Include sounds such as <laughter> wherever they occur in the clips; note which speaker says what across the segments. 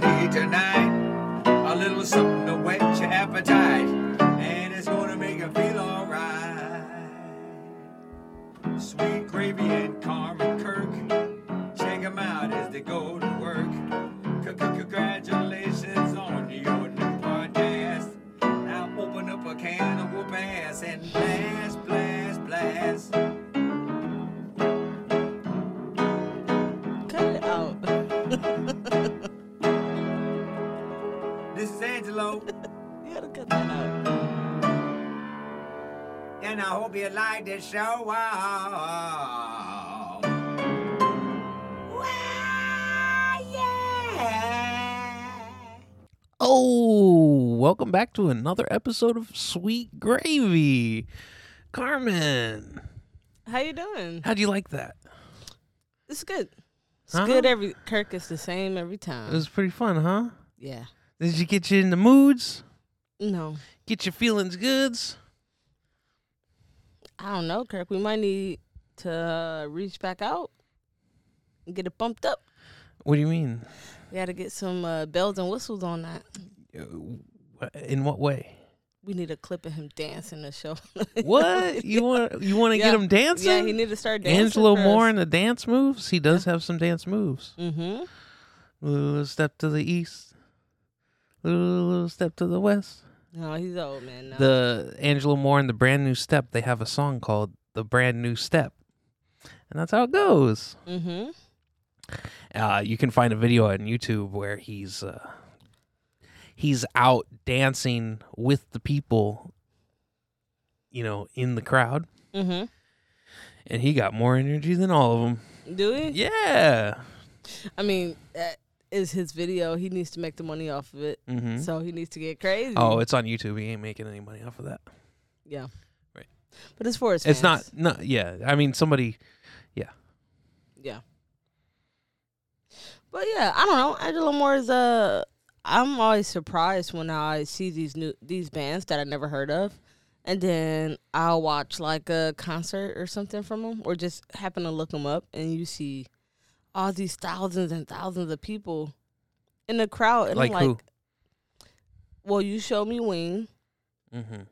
Speaker 1: need tonight. A little something to whet your appetite, and it's gonna make you feel alright. Sweet gravy and Carmen Kirk, check 'em out as they go to work. Congratulations on your new podcast. Now open up a can of whoop ass and blast, blast, blast.
Speaker 2: Cut it out.
Speaker 1: This is Angelo.
Speaker 2: You gotta cut that out.
Speaker 1: And I hope you like the show. Wow. Wow, yeah.
Speaker 3: Oh, welcome back to another episode of Sweet Gravy. Carmen,
Speaker 2: How you doing?
Speaker 3: how'd you like that?
Speaker 2: It's good. It's
Speaker 3: Huh?
Speaker 2: good every Kirk is the same every time.
Speaker 3: It was pretty fun, huh?
Speaker 2: yeah.
Speaker 3: Did you get you in the moods?
Speaker 2: No.
Speaker 3: Get your feelings goods?
Speaker 2: I don't know, Kirk. We might need to uh, reach back out and get it bumped up.
Speaker 3: What do you mean?
Speaker 2: We gotta get some uh, bells and whistles on that.
Speaker 3: Uh, wh- In what way?
Speaker 2: We need a clip of him dancing the show. <laughs>
Speaker 3: What you want? You want to
Speaker 2: Yeah.
Speaker 3: get him dancing?
Speaker 2: yeah, he need to start dancing.
Speaker 3: Angelo
Speaker 2: first.
Speaker 3: Moore and the dance moves. He does have some dance moves.
Speaker 2: Mm-hmm.
Speaker 3: Little step to the east, little, little step to the west.
Speaker 2: No, he's old man. No.
Speaker 3: the Angela Moore and the Brand New Step, they have a song called The Brand New Step. And that's how it goes.
Speaker 2: mm-hmm.
Speaker 3: Uh, you can find a video on YouTube where he's uh, he's out dancing with the people, you know, in the crowd,
Speaker 2: Mm-hmm.
Speaker 3: and he got more energy than all of them.
Speaker 2: Do we?
Speaker 3: Yeah.
Speaker 2: I mean, that is his video. He needs to make the money off of it.
Speaker 3: hmm
Speaker 2: So he needs to get crazy.
Speaker 3: Oh, it's on YouTube. He ain't making any money off of that.
Speaker 2: yeah.
Speaker 3: Right.
Speaker 2: But it's for his
Speaker 3: It's not.
Speaker 2: fans.
Speaker 3: No. Yeah. I mean, somebody.
Speaker 2: Yeah. But yeah, I don't know. Angela Moore is uh I'm always surprised when I see these new these bands that I never heard of. And then I'll watch like a concert or something from them or just happen to look them up and you see all these thousands and thousands of people in the crowd and
Speaker 3: Like,
Speaker 2: I'm
Speaker 3: who?
Speaker 2: like, well, you show me Wing.
Speaker 3: Mm-hmm.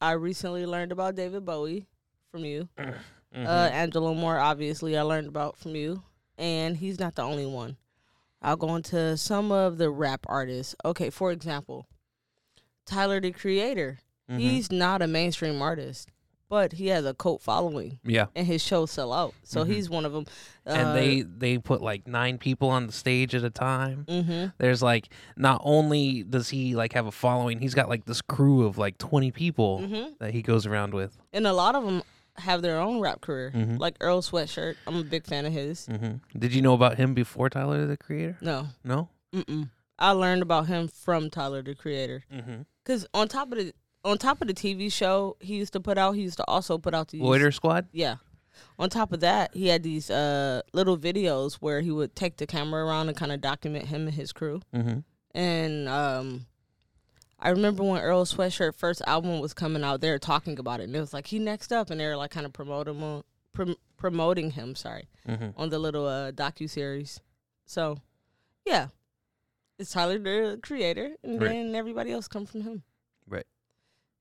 Speaker 2: I recently learned about David Bowie from you.
Speaker 3: Mm,
Speaker 2: Uh,
Speaker 3: mm-hmm.
Speaker 2: Angela Moore, obviously, I learned about from you, and he's not the only one. I'll go into some of the rap artists. Okay, for example, Tyler the Creator.
Speaker 3: Mm-hmm.
Speaker 2: He's not a mainstream artist, but he has a cult following,
Speaker 3: yeah.
Speaker 2: and his shows sell out. So he's one of them.
Speaker 3: Mm-hmm.
Speaker 2: Uh,
Speaker 3: and they they put like nine people on the stage at a time
Speaker 2: hmm
Speaker 3: there's like not only does he like have a following he's got like this crew of like 20 people
Speaker 2: Mhm.
Speaker 3: that he goes around with
Speaker 2: and a lot of them have their own rap career,
Speaker 3: Mhm.
Speaker 2: like Earl Sweatshirt. I'm a big fan of his.
Speaker 3: hmm did you know about him before tyler the creator
Speaker 2: No,
Speaker 3: no
Speaker 2: mm-mm. I learned about him from Tyler the Creator.
Speaker 3: mm-hmm.
Speaker 2: Cause on top of the on top of the TV show he used to put out, he used to also put out these
Speaker 3: loiter squad
Speaker 2: Yeah. On top of that, he had these uh, little videos where he would take the camera around and kind of document him and his crew.
Speaker 3: mm-hmm.
Speaker 2: And um, I remember when Earl Sweatshirt first album was coming out, they were talking about it, and it was like he next up, and they were like kind of promote him on, prom- promoting him. Sorry,
Speaker 3: Mhm.
Speaker 2: on the little uh, docu series. So, yeah, it's Tyler the creator, and
Speaker 3: Right.
Speaker 2: then everybody else come from him.
Speaker 3: Right.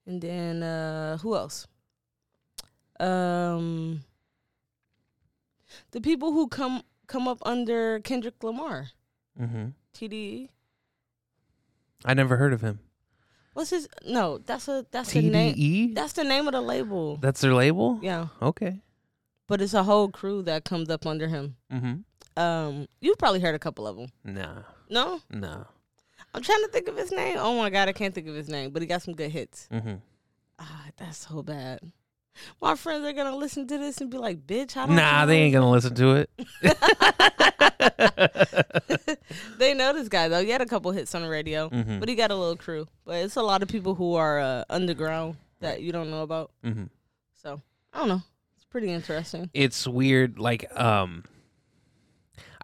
Speaker 2: And then uh, who else? Um, the people who come come up under Kendrick Lamar, E.
Speaker 3: Mm-hmm.
Speaker 2: TDE.
Speaker 3: i never heard of him
Speaker 2: What's his? No, that's a that's
Speaker 3: E.
Speaker 2: the name.
Speaker 3: tde
Speaker 2: That's the name of the label.
Speaker 3: that's their label
Speaker 2: Yeah,
Speaker 3: okay
Speaker 2: but it's a whole crew that comes up under him.
Speaker 3: mm-hmm.
Speaker 2: Um, you've probably heard a couple of them.
Speaker 3: nah
Speaker 2: No,
Speaker 3: nah
Speaker 2: I'm trying to think of his name. Oh my god, I can't think of his name, but he got some good hits.
Speaker 3: mm-hmm.
Speaker 2: Ah, that's so bad. My friends are gonna listen to this and be like, "Bitch, I don't."
Speaker 3: nah
Speaker 2: know.
Speaker 3: they ain't gonna listen to
Speaker 2: <laughs>
Speaker 3: it Mm-hmm.
Speaker 2: They know this guy though. He had a couple hits on the radio,
Speaker 3: Mhm.
Speaker 2: but he got a little crew. But it's a lot of people who are uh, underground that you don't know about.
Speaker 3: mm-hmm.
Speaker 2: So I don't know. It's pretty interesting.
Speaker 3: it's weird like um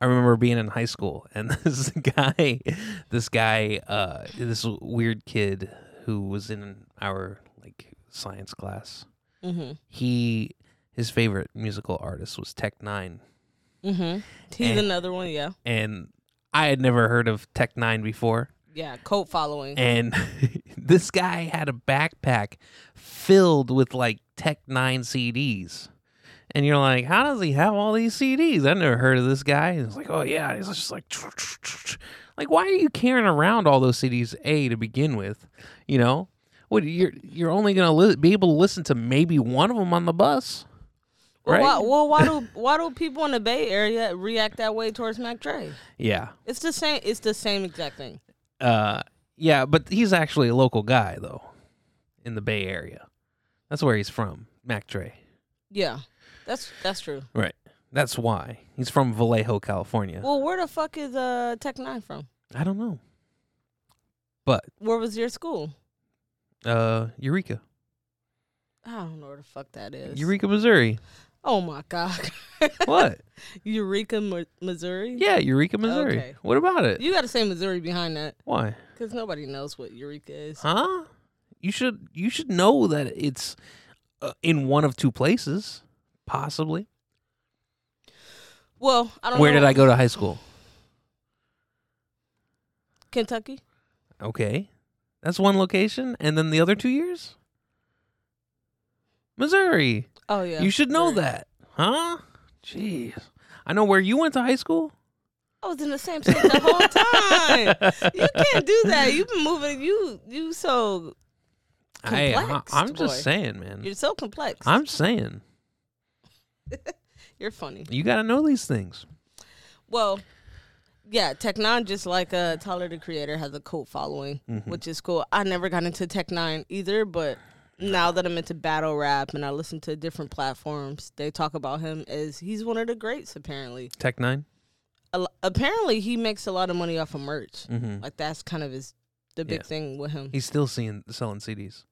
Speaker 3: I remember being in high school and <laughs> this guy this guy uh this weird kid who was in our like science class.
Speaker 2: Mhm.
Speaker 3: He his favorite musical artist was Tech 9
Speaker 2: Mm-hmm. He's
Speaker 3: And-
Speaker 2: another one. Yeah.
Speaker 3: and I had never heard of Tech Nine before,
Speaker 2: Yeah, cult following.
Speaker 3: and <laughs> this guy had a backpack filled with like Tech Nine CDs. And you're like, how does he have all these CDs? I never heard of this guy. And it's like, oh yeah, he's just like, like why are you carrying around all those CDs? A to begin with, you know, what you're you're only gonna li- be able to listen to maybe one of them on the bus, right?
Speaker 2: Well, why, well, why
Speaker 3: <laughs>
Speaker 2: do why do people in the Bay Area react that way towards Mac Dre?
Speaker 3: Yeah.
Speaker 2: It's the same. It's the same exact thing.
Speaker 3: Uh, yeah, but he's actually a local guy though, in the Bay Area. That's where he's from, Mac Dre.
Speaker 2: Yeah, that's that's true.
Speaker 3: Right. That's why he's from Vallejo, California.
Speaker 2: Well, where the fuck is uh Tech Nine from?
Speaker 3: I don't know, but
Speaker 2: Where was your school?
Speaker 3: uh, Eureka,
Speaker 2: I don't know where the fuck that is.
Speaker 3: Eureka,
Speaker 2: <laughs>
Speaker 3: Missouri.
Speaker 2: Oh my god, <laughs>
Speaker 3: What?
Speaker 2: Eureka, Mo- Missouri.
Speaker 3: yeah, Eureka, Missouri.
Speaker 2: Okay.
Speaker 3: What about it?
Speaker 2: You got to say Missouri behind that
Speaker 3: Why?
Speaker 2: because nobody knows what Eureka is.
Speaker 3: Huh? You should you should know that it's uh, in one of two places, possibly.
Speaker 2: Well, I don't.
Speaker 3: Where
Speaker 2: know.
Speaker 3: did I go to high school?
Speaker 2: Kentucky.
Speaker 3: Okay. That's one location. And then the other two years? Missouri.
Speaker 2: Oh yeah.
Speaker 3: you should know
Speaker 2: Missouri.
Speaker 3: that. Huh? Jeez. I know where you went to high school.
Speaker 2: I was in the same state the
Speaker 3: <laughs>
Speaker 2: whole time. You can't do that. You've been moving. You you so
Speaker 3: Hey, I,
Speaker 2: Complex
Speaker 3: I'm
Speaker 2: boy.
Speaker 3: just saying, man.
Speaker 2: you're so complex.
Speaker 3: I'm saying.
Speaker 2: you're funny.
Speaker 3: You got to know these things.
Speaker 2: Well, yeah, Tech Nine, just like uh, Tyler the Creator, has a cult following,
Speaker 3: Mm-hmm.
Speaker 2: which is cool. I never got into Tech Nine either, but now that I'm into battle rap and I listen to different platforms, they talk about him as he's one of the greats. Apparently,
Speaker 3: Tech 9?
Speaker 2: a lo- apparently he makes a lot of money off of merch.
Speaker 3: Mm-hmm.
Speaker 2: Like that's kind of his the big
Speaker 3: Yeah.
Speaker 2: thing with him.
Speaker 3: He's still seeing selling CDs.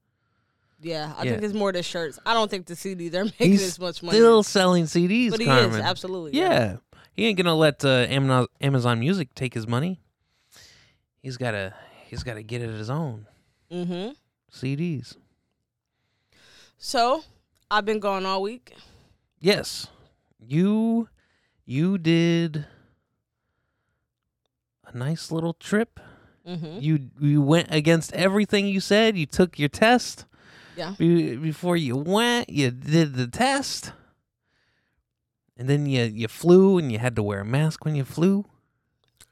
Speaker 2: Yeah, I
Speaker 3: Yeah.
Speaker 2: think it's more the shirts. I don't think the CDs are <laughs> making
Speaker 3: He's
Speaker 2: as much money.
Speaker 3: Still selling CDs,
Speaker 2: but he
Speaker 3: Carmen.
Speaker 2: is absolutely
Speaker 3: Yeah. He ain't gonna let uh, Amazon Amazon Music take his money. He's gotta he's gotta get it his own
Speaker 2: Mm-hmm.
Speaker 3: CDs.
Speaker 2: So I've been gone all week.
Speaker 3: Yes. You you did a nice little trip.
Speaker 2: Mm-hmm.
Speaker 3: You you went against everything you said. You took your test.
Speaker 2: Yeah.
Speaker 3: Be- before you went, you did the test. And then you you flew and you had to wear a mask when you flew.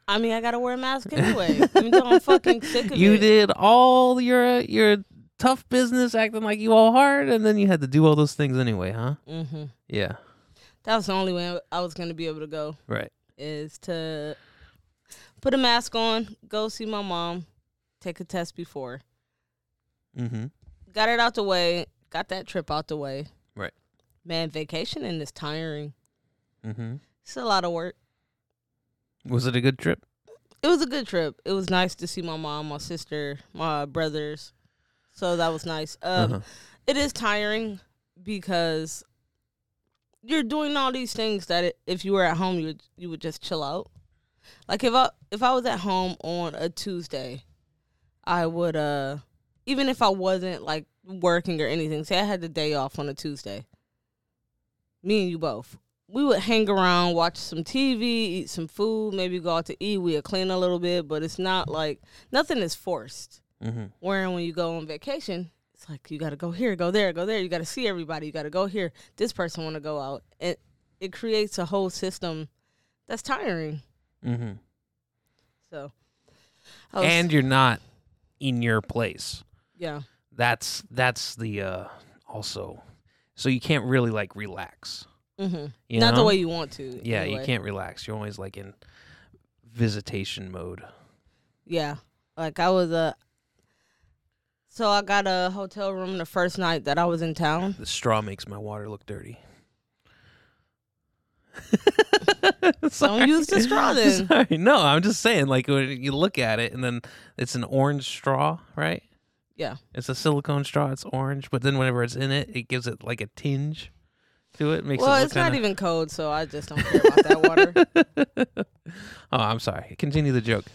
Speaker 2: I mean, I gotta wear a mask anyway, even though I'm
Speaker 3: <laughs>
Speaker 2: fucking sick of
Speaker 3: you
Speaker 2: it.
Speaker 3: did all your your tough business acting like you all hard and then you had to do all those things anyway, huh?
Speaker 2: Mm-hmm.
Speaker 3: Yeah.
Speaker 2: That was the only way I was gonna be able to go
Speaker 3: Right.
Speaker 2: is to put a mask on, go see my mom, take a test before.
Speaker 3: Mm-hmm.
Speaker 2: Got it out the way. Got that trip out the way.
Speaker 3: Right.
Speaker 2: Man, vacationing is tiring.
Speaker 3: Mm-hmm.
Speaker 2: It's a lot of work.
Speaker 3: Was it a good trip?
Speaker 2: It was a good trip. It was nice to see my mom, my sister, my brothers. So that was nice. Um,
Speaker 3: Uh-huh.
Speaker 2: it is tiring because you're doing all these things that it, if you were at home you would you would just chill out. Like if I if I was at home on a Tuesday, I would uh even if I wasn't like working or anything, say I had the day off on a Tuesday. Me and you both. We would hang around, watch some TV, eat some food, maybe go out to eat. We'd clean a little bit, but it's not like nothing is forced.
Speaker 3: Mm-hmm.
Speaker 2: Wherein when you go on vacation, it's like you got to go here, go there, go there. You got to see everybody. You got to go here. This person want to go out, and it creates a whole system that's tiring.
Speaker 3: Mm-hmm.
Speaker 2: So, I was-
Speaker 3: And you're not in your place.
Speaker 2: yeah,
Speaker 3: That's that's the uh also so you can't really like relax.
Speaker 2: hmm
Speaker 3: You
Speaker 2: not the
Speaker 3: know?
Speaker 2: way you want to.
Speaker 3: Yeah,
Speaker 2: anyway.
Speaker 3: you can't relax. You're always like in visitation mode.
Speaker 2: Yeah, like I was a. So I got a hotel room the first night that I was in town.
Speaker 3: The straw makes my water look dirty. <laughs> Sorry.
Speaker 2: Don't use the
Speaker 3: <laughs>
Speaker 2: straw then.
Speaker 3: Sorry. No, I'm just saying, like when you look at it, and then it's an orange straw, right?
Speaker 2: <laughs> Yeah.
Speaker 3: It's a silicone straw. It's orange, but then whenever it's in it, it gives it like a tinge to it. Makes
Speaker 2: well,
Speaker 3: it look
Speaker 2: it's not
Speaker 3: kinda-
Speaker 2: even cold, so I just don't care about that water.
Speaker 3: Oh, I'm sorry. Continue the joke.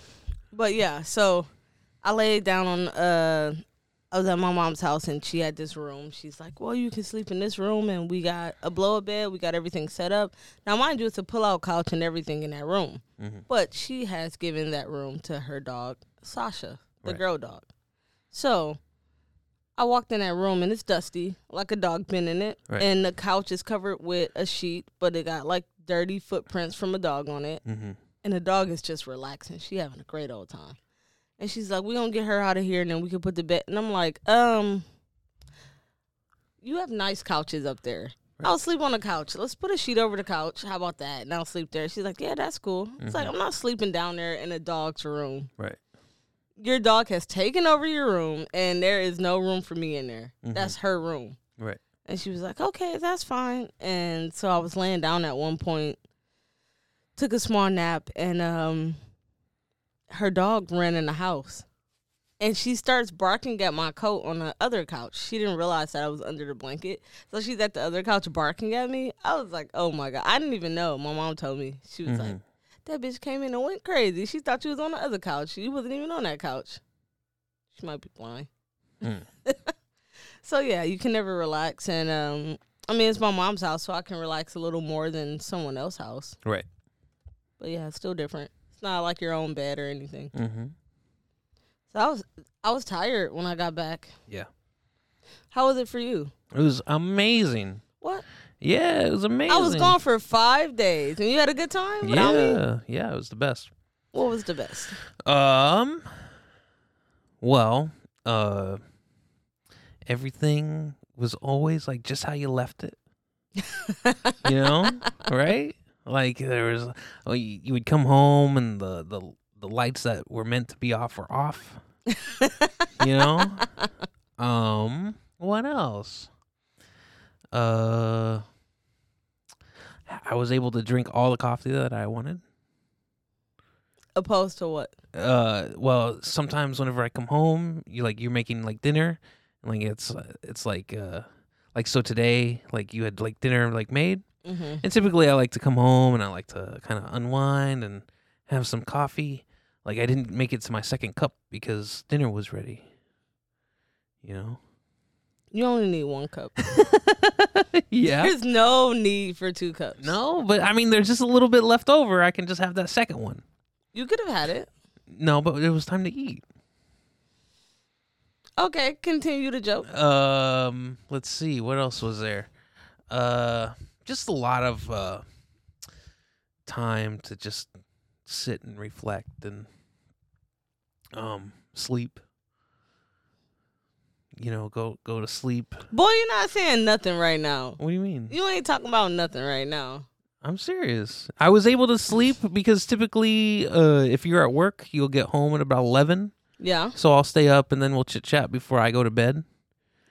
Speaker 2: But yeah, so I laid down on uh I was at my mom's house and she had this room. She's like, "Well, you can sleep in this room, and we got a blow up bed. We got everything set up. Now, mind you, it's a pull out couch and everything in that room.
Speaker 3: Mm-hmm.
Speaker 2: But she has given that room to her dog Sasha, the
Speaker 3: Right.
Speaker 2: girl dog. So I walked in that room and it's dusty, like a dog been in it,
Speaker 3: Right.
Speaker 2: and the couch is covered with a sheet, but it got like dirty footprints from a dog on it
Speaker 3: Mm-hmm.
Speaker 2: and the dog is just relaxing. She having a great old time. And she's like, "We gonna get her out of here, and then we can put the bed." And I'm like, "Um, you have nice couches up there. I'll sleep on the couch. Let's put a sheet over the couch. How about that? And I'll sleep there." She's like, "Yeah, that's cool." It's like I'm not sleeping down there in a dog's room.
Speaker 3: Right.
Speaker 2: Your dog has taken over your room, and there is no room for me in there. That's her room.
Speaker 3: Right.
Speaker 2: And she was like, okay, that's fine. And so I was laying down at one point, took a small nap, and um, her dog ran in the house. And she starts barking at my coat on the other couch. She didn't realize that I was under the blanket. So she's at the other couch barking at me. I was like, oh my God. I didn't even know. My mom told me. She was like, that bitch came in and went crazy. She thought you was on the other couch. You wasn't even on that couch. She might be blind.
Speaker 3: Mm.
Speaker 2: so yeah, you can never relax, and um, I mean it's my mom's house, so I can relax a little more than someone else's house.
Speaker 3: Right.
Speaker 2: But yeah, it's still different. It's not like your own bed or anything.
Speaker 3: Mm-hmm.
Speaker 2: So I was I was tired when I got back.
Speaker 3: Yeah.
Speaker 2: How was it for you?
Speaker 3: It was amazing.
Speaker 2: What?
Speaker 3: Yeah, it was amazing.
Speaker 2: I was gone for five days, and you had a good time. without me?
Speaker 3: Yeah, yeah, it was the best.
Speaker 2: What was the best?
Speaker 3: Um. Well, uh, everything was always like just how you left it. you know, right? Like there was, oh, you, you would come home and the the the lights that were meant to be off were off. you know. Um. What else? Uh. I was able to drink all the coffee that I wanted
Speaker 2: Opposed to what?
Speaker 3: uh well sometimes whenever i come home you like you're making like dinner and like it's uh, it's like uh like so today like you had like dinner like made
Speaker 2: Mm-hmm.
Speaker 3: and typically i like to come home and i like to kind of unwind and have some coffee like i didn't make it to my second cup because dinner was ready you know
Speaker 2: You only need one cup.
Speaker 3: yeah
Speaker 2: There's no need for two cups.
Speaker 3: no but i mean there's just a little bit left over i can just have that second one
Speaker 2: you could have had it.
Speaker 3: no but it was time to eat
Speaker 2: Okay, continue the joke.
Speaker 3: um let's see what else was there uh just a lot of uh time to just sit and reflect and um sleep you know go go to sleep
Speaker 2: Boy, you're not saying nothing right now.
Speaker 3: what do you mean
Speaker 2: You ain't talking about nothing right now.
Speaker 3: i'm serious i was able to sleep because typically uh if you're at work you'll get home at about 11
Speaker 2: Yeah,
Speaker 3: so i'll stay up and then we'll chit chat before i go to bed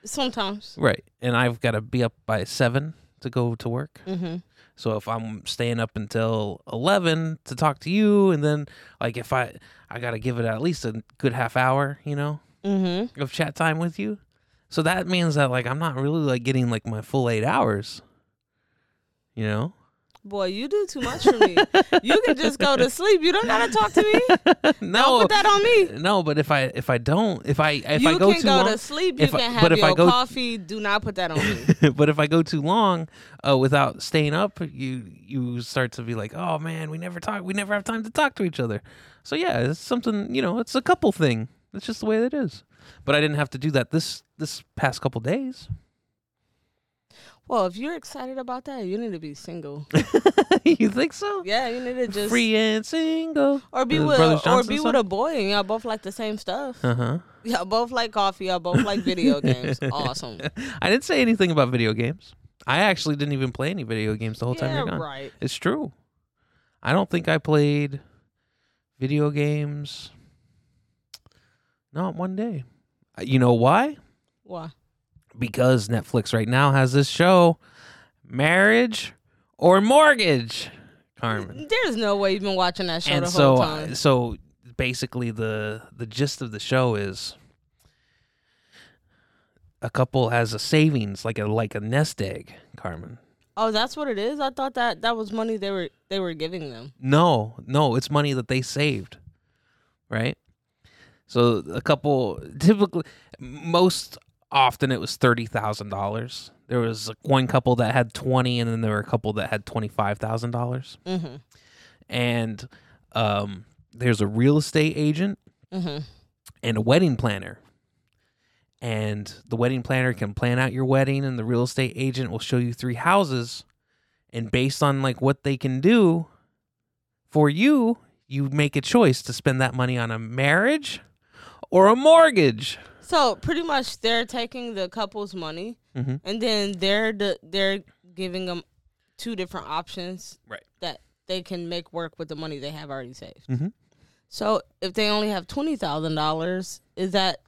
Speaker 2: sometimes.
Speaker 3: <laughs> right and i've got to be up by 7 to go to work
Speaker 2: Mm-hmm.
Speaker 3: So if I'm staying up until eleven to talk to you, and then like if I I gotta give it at least a good half hour, you know,
Speaker 2: Mm-hmm.
Speaker 3: of chat time with you. So that means that like I'm not really like getting like my full eight hours. You know. <laughs>
Speaker 2: Boy, you do too much for me. you can just go to sleep. You don't gotta talk to me. Don't
Speaker 3: <laughs> no.
Speaker 2: put that on me.
Speaker 3: No, but if I if I don't if I if
Speaker 2: you
Speaker 3: I go
Speaker 2: can
Speaker 3: too
Speaker 2: go
Speaker 3: long,
Speaker 2: to sleep. You
Speaker 3: if I-
Speaker 2: can have
Speaker 3: but if I
Speaker 2: your
Speaker 3: go-
Speaker 2: coffee. Do not put that on
Speaker 3: <laughs>
Speaker 2: me.
Speaker 3: but if I go too long uh, without staying up, you you start to be like, oh man, we never talk, we never have time to talk to each other. So yeah, it's something you know, it's a couple thing. It's just the way that it is. But I didn't have to do that this this past couple days. <laughs>
Speaker 2: well, if you're excited about that, you need to be
Speaker 3: <laughs>
Speaker 2: single.
Speaker 3: you think so?
Speaker 2: Yeah, you need to just
Speaker 3: Free and single,
Speaker 2: or be
Speaker 3: The
Speaker 2: with a, or
Speaker 3: Brothers Johnson
Speaker 2: be with a boy, and y'all both like the same stuff.
Speaker 3: Uh huh.
Speaker 2: Y'all both like coffee. Y'all both like video games. Awesome.
Speaker 3: <laughs> I didn't say anything about video games. I actually didn't even play any video games the whole time
Speaker 2: Yeah,
Speaker 3: you're gone.
Speaker 2: right.
Speaker 3: It's true. I don't think I played video games. Not one day. Uh, You know why?
Speaker 2: Why?
Speaker 3: Because Netflix right now has this show, Marriage or Mortgage, Carmen.
Speaker 2: There's no way you've been watching that show
Speaker 3: and
Speaker 2: the
Speaker 3: so,
Speaker 2: Mm-hmm.
Speaker 3: uh,
Speaker 2: whole time.
Speaker 3: so basically, the the gist of the show is a couple has a savings, like a like a nest egg, Carmen.
Speaker 2: Oh, that's what it is. I thought that that was money they were they were giving them.
Speaker 3: No, no, it's money that they saved, right? So a couple, typically, most often it was thirty thousand dollars. There was like, one couple that had twenty, and then there were a couple that had twenty five thousand dollars.
Speaker 2: Mm-hmm.
Speaker 3: And um, there's a real estate agent
Speaker 2: Mm-hmm.
Speaker 3: and a wedding planner. And the wedding planner can plan out your wedding, and the real estate agent will show you three houses. And based on like what they can do for you, you make a choice to spend that money on a marriage or a mortgage.
Speaker 2: So pretty much, they're taking the couple's money,
Speaker 3: Mhm.
Speaker 2: and then they're the, they're giving them two different options
Speaker 3: Right.
Speaker 2: that they can make work with the money they have already saved.
Speaker 3: Mhm.
Speaker 2: So if they only have twenty thousand dollars, is that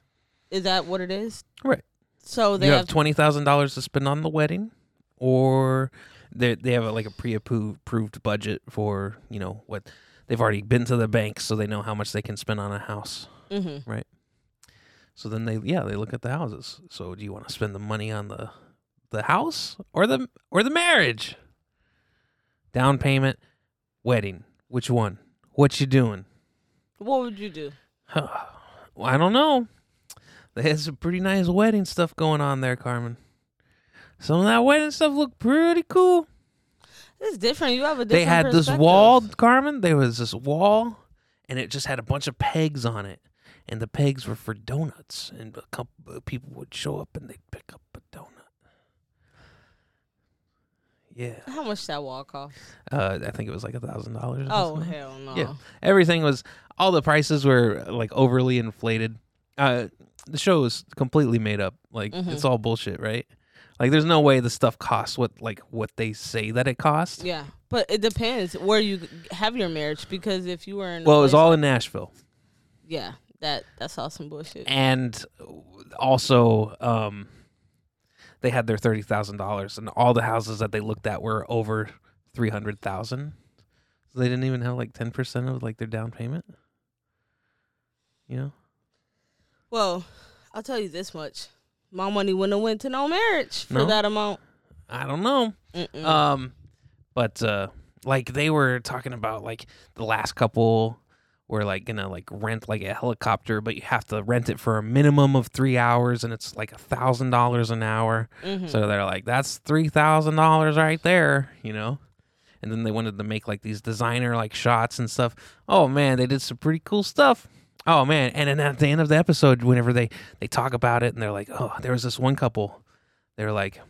Speaker 2: is that what it is?
Speaker 3: Right.
Speaker 2: So they
Speaker 3: you have,
Speaker 2: have
Speaker 3: twenty thousand dollars to spend on the wedding, or they they have like a pre-approved budget for you know what they've already been to the bank, so they know how much they can spend on a house.
Speaker 2: hmm
Speaker 3: So then they yeah they look at the houses. So do you want to spend the money on the the house or the or the marriage? Down payment, wedding. Which one? What you doing?
Speaker 2: What would you do?
Speaker 3: Well, I don't know. They had some pretty nice wedding stuff going on there, Carmen. Some of that wedding stuff looked pretty cool.
Speaker 2: It's different. You have a different.
Speaker 3: They had this
Speaker 2: perspective.
Speaker 3: wall, Carmen. There was this wall, and it just had a bunch of pegs on it, and the pegs were for donuts. And a couple uh, people would show up and they'd pick up a donut. Yeah,
Speaker 2: How much that wall cost?
Speaker 3: uh, I think it was like a thousand dollars.
Speaker 2: Oh hell no.
Speaker 3: Yeah. Uh-huh. everything was all the prices were like overly inflated. Uh, the show is completely made up. Like
Speaker 2: Mhm.
Speaker 3: it's all bullshit, right? Like there's no way the stuff costs what like what they say that it costs.
Speaker 2: Yeah, but it depends where you g- have your marriage because if you were in a
Speaker 3: Well, it was
Speaker 2: place-
Speaker 3: all in Nashville,
Speaker 2: yeah that that's all some bullshit.
Speaker 3: and also um, they had their thirty thousand dollars, and all the houses that they looked at were over three hundred thousand. So they didn't even have like ten percent of like their down payment. You know.
Speaker 2: Well, I'll tell you this much: my money wouldn't have went to no marriage for
Speaker 3: No?
Speaker 2: that amount.
Speaker 3: I don't know.
Speaker 2: Mm-mm.
Speaker 3: Um, but uh, like they were talking about like the last couple were like gonna like rent like a helicopter, but you have to rent it for a minimum of three hours, and it's like a thousand dollars an hour.
Speaker 2: Mhm.
Speaker 3: So they're like, that's three thousand dollars right there, you know. And then they wanted to make like these designer like shots and stuff. Oh man, they did some pretty cool stuff. Oh man, and then at the end of the episode, whenever they they talk about it, and they're like, oh, there was this one couple. They were like,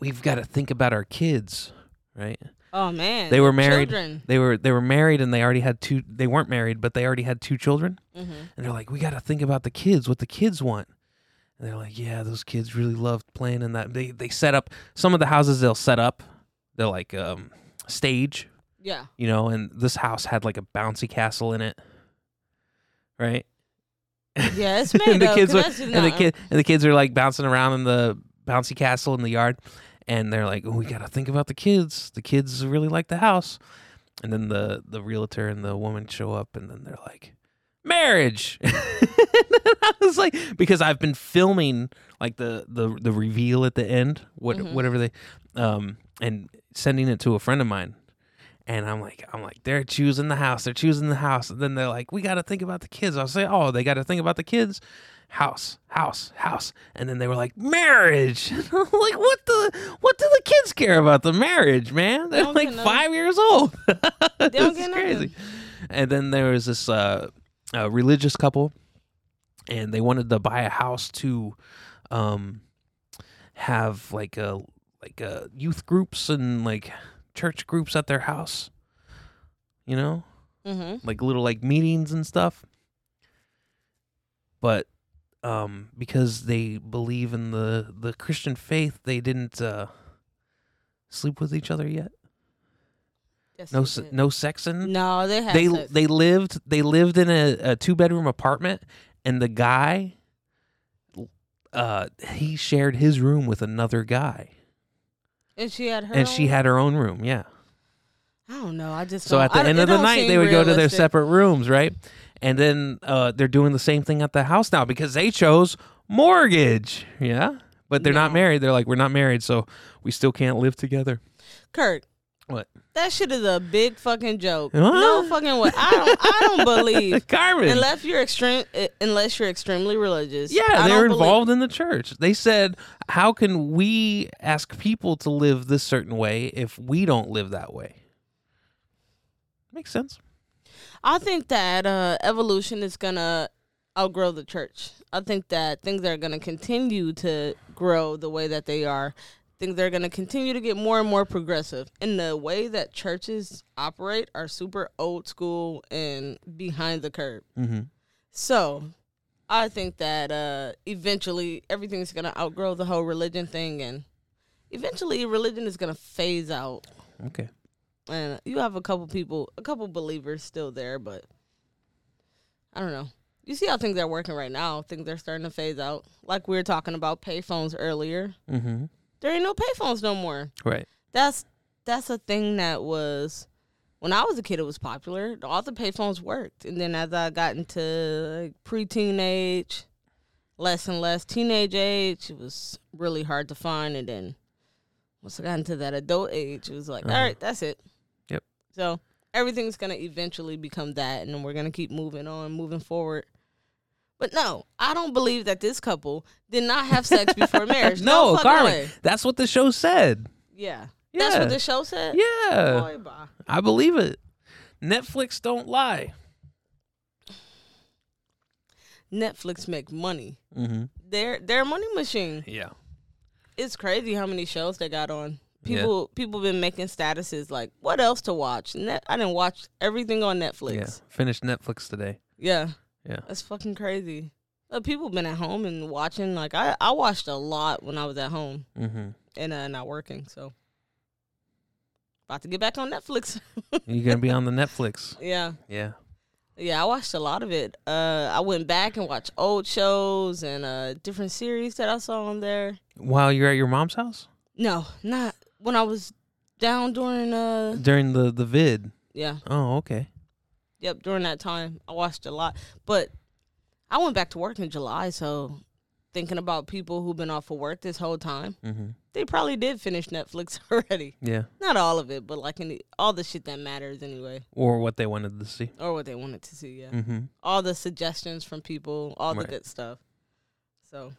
Speaker 3: we've got to think about our kids, right?
Speaker 2: oh man,
Speaker 3: They were married.
Speaker 2: Children.
Speaker 3: They were they were married, and they already had two. They weren't married, but they already had two children.
Speaker 2: Mhm.
Speaker 3: And they're like, we got to think about the kids, what the kids want. And they're like, yeah, those kids really loved playing in that. They they set up some of the houses they'll set up. They're like um, stage, <laughs>
Speaker 2: Yeah.
Speaker 3: you know. And this house had like a bouncy castle in it, right?
Speaker 2: Yeah, it's
Speaker 3: and
Speaker 2: made
Speaker 3: the
Speaker 2: up.
Speaker 3: kids
Speaker 2: 'cause
Speaker 3: were,
Speaker 2: that's <laughs> just
Speaker 3: and the
Speaker 2: not- uh,
Speaker 3: kid and the kids are like bouncing around in the bouncy castle in the yard, and they're like, oh, we gotta think about the kids. The kids really like the house, and then the the realtor and the woman show up, and then they're like, marriage. <laughs> I was like, because I've been filming like the the the reveal at the end, what
Speaker 2: Mhm.
Speaker 3: whatever they, um, and sending it to a friend of mine. And I'm like, I'm like, they're choosing the house. They're choosing the house. And then they're like, we got to think about the kids. I was like, oh, they got to think about the kids. House, house, house. And then they were like, marriage. <laughs> And I'm like, what the, what do the kids care about the marriage, man? They're
Speaker 2: don't
Speaker 3: like
Speaker 2: get nothing.
Speaker 3: five years old. they <laughs>
Speaker 2: don't get nothing.
Speaker 3: And then there was this uh, uh, religious couple, and they wanted to buy a house to um, have like a like uh, youth groups and like church groups at their house. You know,
Speaker 2: Mhm.
Speaker 3: like little like meetings and stuff. But um because they believe in the the Christian faith, they didn't uh sleep with each other yet.
Speaker 2: Yes,
Speaker 3: No
Speaker 2: they
Speaker 3: se-
Speaker 2: did.
Speaker 3: no sexing.
Speaker 2: No, they had
Speaker 3: they
Speaker 2: sex.
Speaker 3: they lived they lived in a, a two bedroom apartment and the guy uh he shared his room with another guy
Speaker 2: and she had her
Speaker 3: and she
Speaker 2: own-
Speaker 3: had her own room, yeah.
Speaker 2: I don't know. I just
Speaker 3: So
Speaker 2: don't-
Speaker 3: at the
Speaker 2: I don't-
Speaker 3: end
Speaker 2: it
Speaker 3: of the
Speaker 2: don't
Speaker 3: night,
Speaker 2: seem
Speaker 3: they would go to their
Speaker 2: realistic.
Speaker 3: separate rooms, right? And then uh, they're doing the same thing at the house now because they chose mortgage. Yeah. But they're not
Speaker 2: No.
Speaker 3: married. They're like, we're not married, so we still can't live together.
Speaker 2: Kurt,
Speaker 3: What? <laughs>
Speaker 2: That shit is a big fucking joke.
Speaker 3: Huh?
Speaker 2: No fucking way. I don't. I
Speaker 3: <laughs>
Speaker 2: don't believe
Speaker 3: Carmen.
Speaker 2: unless you're extreme. uh, Unless you're extremely religious.
Speaker 3: yeah,
Speaker 2: I don't
Speaker 3: they're
Speaker 2: believe-
Speaker 3: involved in the church. They said, "How can we ask people to live this certain way if we don't live that way?" Makes sense.
Speaker 2: I think that uh, evolution is gonna outgrow the church. I think that things are gonna continue to grow the way that they are. Things are gonna continue to get more and more progressive. And the way that churches operate are super old school and behind the curve.
Speaker 3: Mm-hmm.
Speaker 2: So, I think that uh, eventually everything's gonna outgrow the whole religion thing, and eventually religion is gonna phase out.
Speaker 3: Okay.
Speaker 2: And you have a couple people, a couple believers still there, but I don't know. You see how things are working right now. Things are starting to phase out. Like we were talking about payphones earlier.
Speaker 3: Mm-hmm.
Speaker 2: There ain't no payphones no more.
Speaker 3: Right.
Speaker 2: That's that's a thing that was when I was a kid. It was popular. All the payphones worked, and then as I got into like, pre-teenage, less and less teenage age, it was really hard to find. And then once I got into that adult age, it was like, all
Speaker 3: Uh-huh.
Speaker 2: right, that's it.
Speaker 3: Yep.
Speaker 2: So everything's gonna eventually become that, and then we're gonna keep moving on, moving forward. But no, I don't believe that this couple did not have sex
Speaker 3: <laughs>
Speaker 2: before marriage. No,
Speaker 3: no,
Speaker 2: fucking
Speaker 3: Carmen.
Speaker 2: way.
Speaker 3: That's what the show said.
Speaker 2: Yeah. That's
Speaker 3: Yeah.
Speaker 2: what the show said.
Speaker 3: Yeah.
Speaker 2: Boy, bye.
Speaker 3: I believe it. Netflix don't lie.
Speaker 2: Netflix make money.
Speaker 3: Mm-hmm.
Speaker 2: Their their money machine.
Speaker 3: Yeah.
Speaker 2: It's crazy how many shows they got on.
Speaker 3: Yeah.
Speaker 2: People people been making statuses like, what else to watch? Net- I didn't watch everything on
Speaker 3: Yeah.
Speaker 2: Netflix.
Speaker 3: Finished Netflix today.
Speaker 2: Yeah.
Speaker 3: Yeah.
Speaker 2: That's fucking crazy. But people been at home and watching. Like I, I watched a lot when I was at home
Speaker 3: Mm-hmm.
Speaker 2: and uh, not working. So about to get back on Netflix. <laughs>
Speaker 3: You're gonna be on the Netflix.
Speaker 2: yeah.
Speaker 3: Yeah.
Speaker 2: Yeah, I watched a lot of it. Uh, I went back and watched old shows and uh, different series that I saw on there.
Speaker 3: While you're at your mom's house
Speaker 2: No, not when I was down during uh,
Speaker 3: during the the vid.
Speaker 2: yeah,
Speaker 3: Oh, okay.
Speaker 2: yep, during that time I watched a lot. But I went back to work in July, so thinking about people who've been off of work this whole time,
Speaker 3: Mm-hmm.
Speaker 2: they probably did finish Netflix <laughs> already.
Speaker 3: Yeah.
Speaker 2: Not all of it, but like any all the shit that matters anyway,
Speaker 3: Or what they wanted to see.
Speaker 2: or what they wanted to see. Yeah,
Speaker 3: Mm-hmm.
Speaker 2: all the suggestions from people, all
Speaker 3: Right.
Speaker 2: the good stuff. So.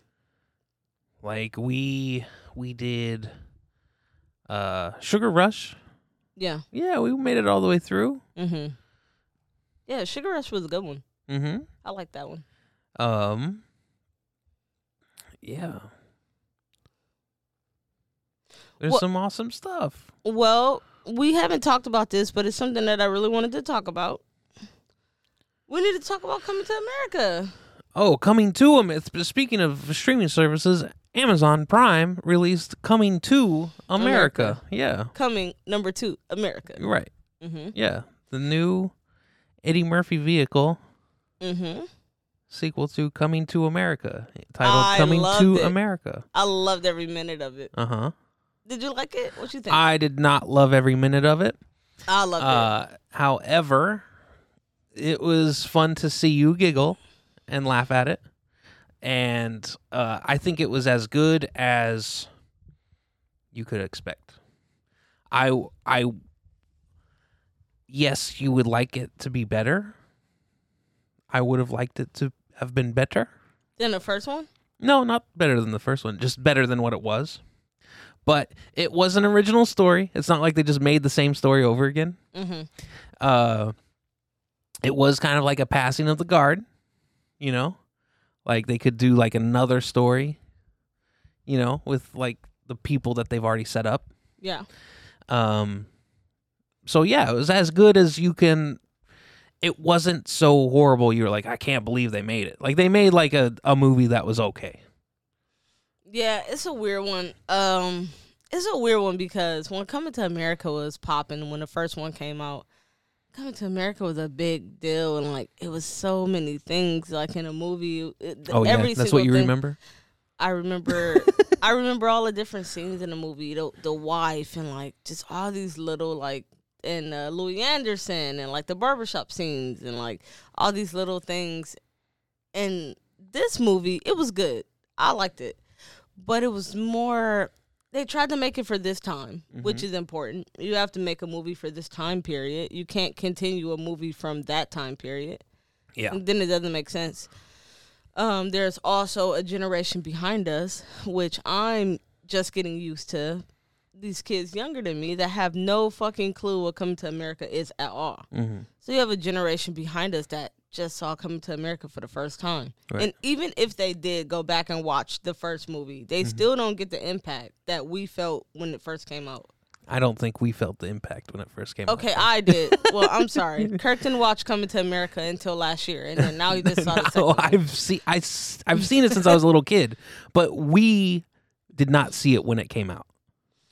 Speaker 3: Like we we did uh Sugar Rush.
Speaker 2: Yeah.
Speaker 3: Yeah, we made it all the way through.
Speaker 2: Mm-hmm. Yeah, Sugar Rush was a good one.
Speaker 3: Mm-hmm.
Speaker 2: I like that one.
Speaker 3: Um. Yeah. There's
Speaker 2: Well-
Speaker 3: some awesome stuff.
Speaker 2: Well, we haven't talked about this, but it's something that I really wanted to talk about. We need to talk about coming to America.
Speaker 3: Oh, coming to them. Speaking of streaming services, Amazon Prime released "Coming to America." Yeah,
Speaker 2: Coming number two, America.
Speaker 3: you're right.
Speaker 2: Mm-hmm.
Speaker 3: Yeah, the new Eddie Murphy vehicle
Speaker 2: Mm-hmm.
Speaker 3: sequel to "Coming to America," titled
Speaker 2: I
Speaker 3: "Coming to
Speaker 2: loved it.
Speaker 3: America."
Speaker 2: I loved every minute of it.
Speaker 3: Uh huh.
Speaker 2: Did you like it? What you think? I,
Speaker 3: I did not love every minute of it.
Speaker 2: loved
Speaker 3: Uh, however, it was fun to see you giggle and laugh at it, and uh, I think it was as good as you could expect. I, I, yes, you would like it to be better. I would have liked it to have been better.
Speaker 2: it. Then the first one?
Speaker 3: No, not better than the first one, just better than what it was. But it was an original story. It's not like they just made the same story over again
Speaker 2: Mm-hmm.
Speaker 3: uh it was kind of like a passing of the guard you know like they could do like another story you know with like the people that they've already set up
Speaker 2: Yeah.
Speaker 3: um so yeah it was as good as you can it wasn't so horrible you were like i can't believe they made it like they made like a, a movie that was okay
Speaker 2: Yeah, it's a weird one. Um, it's a weird one because when Coming to America was popping, when the first one came out, Coming to America was a big deal, and like it was so many things, like in a movie. It,
Speaker 3: oh yeah
Speaker 2: every
Speaker 3: that's
Speaker 2: single
Speaker 3: what you
Speaker 2: thing-
Speaker 3: remember
Speaker 2: I remember. I remember all the different scenes in the movie. The the wife and like just all these little like and uh, Louis Anderson and like the barbershop scenes and like all these little things. And this movie, it was good. I liked it, but it was more. they tried to make it for this time, which
Speaker 3: Mhm.
Speaker 2: is important. You have to make a movie for this time period. You can't continue a movie from that time period.
Speaker 3: Yeah.
Speaker 2: then it doesn't make sense. Um, there's also a generation behind us, which I'm just getting used to. These kids younger than me that have no fucking clue what coming to America is at all.
Speaker 3: Mm-hmm.
Speaker 2: So you have a generation behind us that just saw coming to America for the first time.
Speaker 3: Right.
Speaker 2: And even if they did go back and watch the first movie, they
Speaker 3: Mm-hmm.
Speaker 2: still don't get the impact that we felt when it first came out.
Speaker 3: I don't think we felt the impact when it first came <laughs>
Speaker 2: Okay, I did. Well, I'm sorry. Kirk didn't watch Coming to America until last year, and then now you just saw the
Speaker 3: <laughs> out.
Speaker 2: second.
Speaker 3: No,
Speaker 2: one.
Speaker 3: I've seen I, s- I've seen it since I was a little kid, but we did not see it when it came out.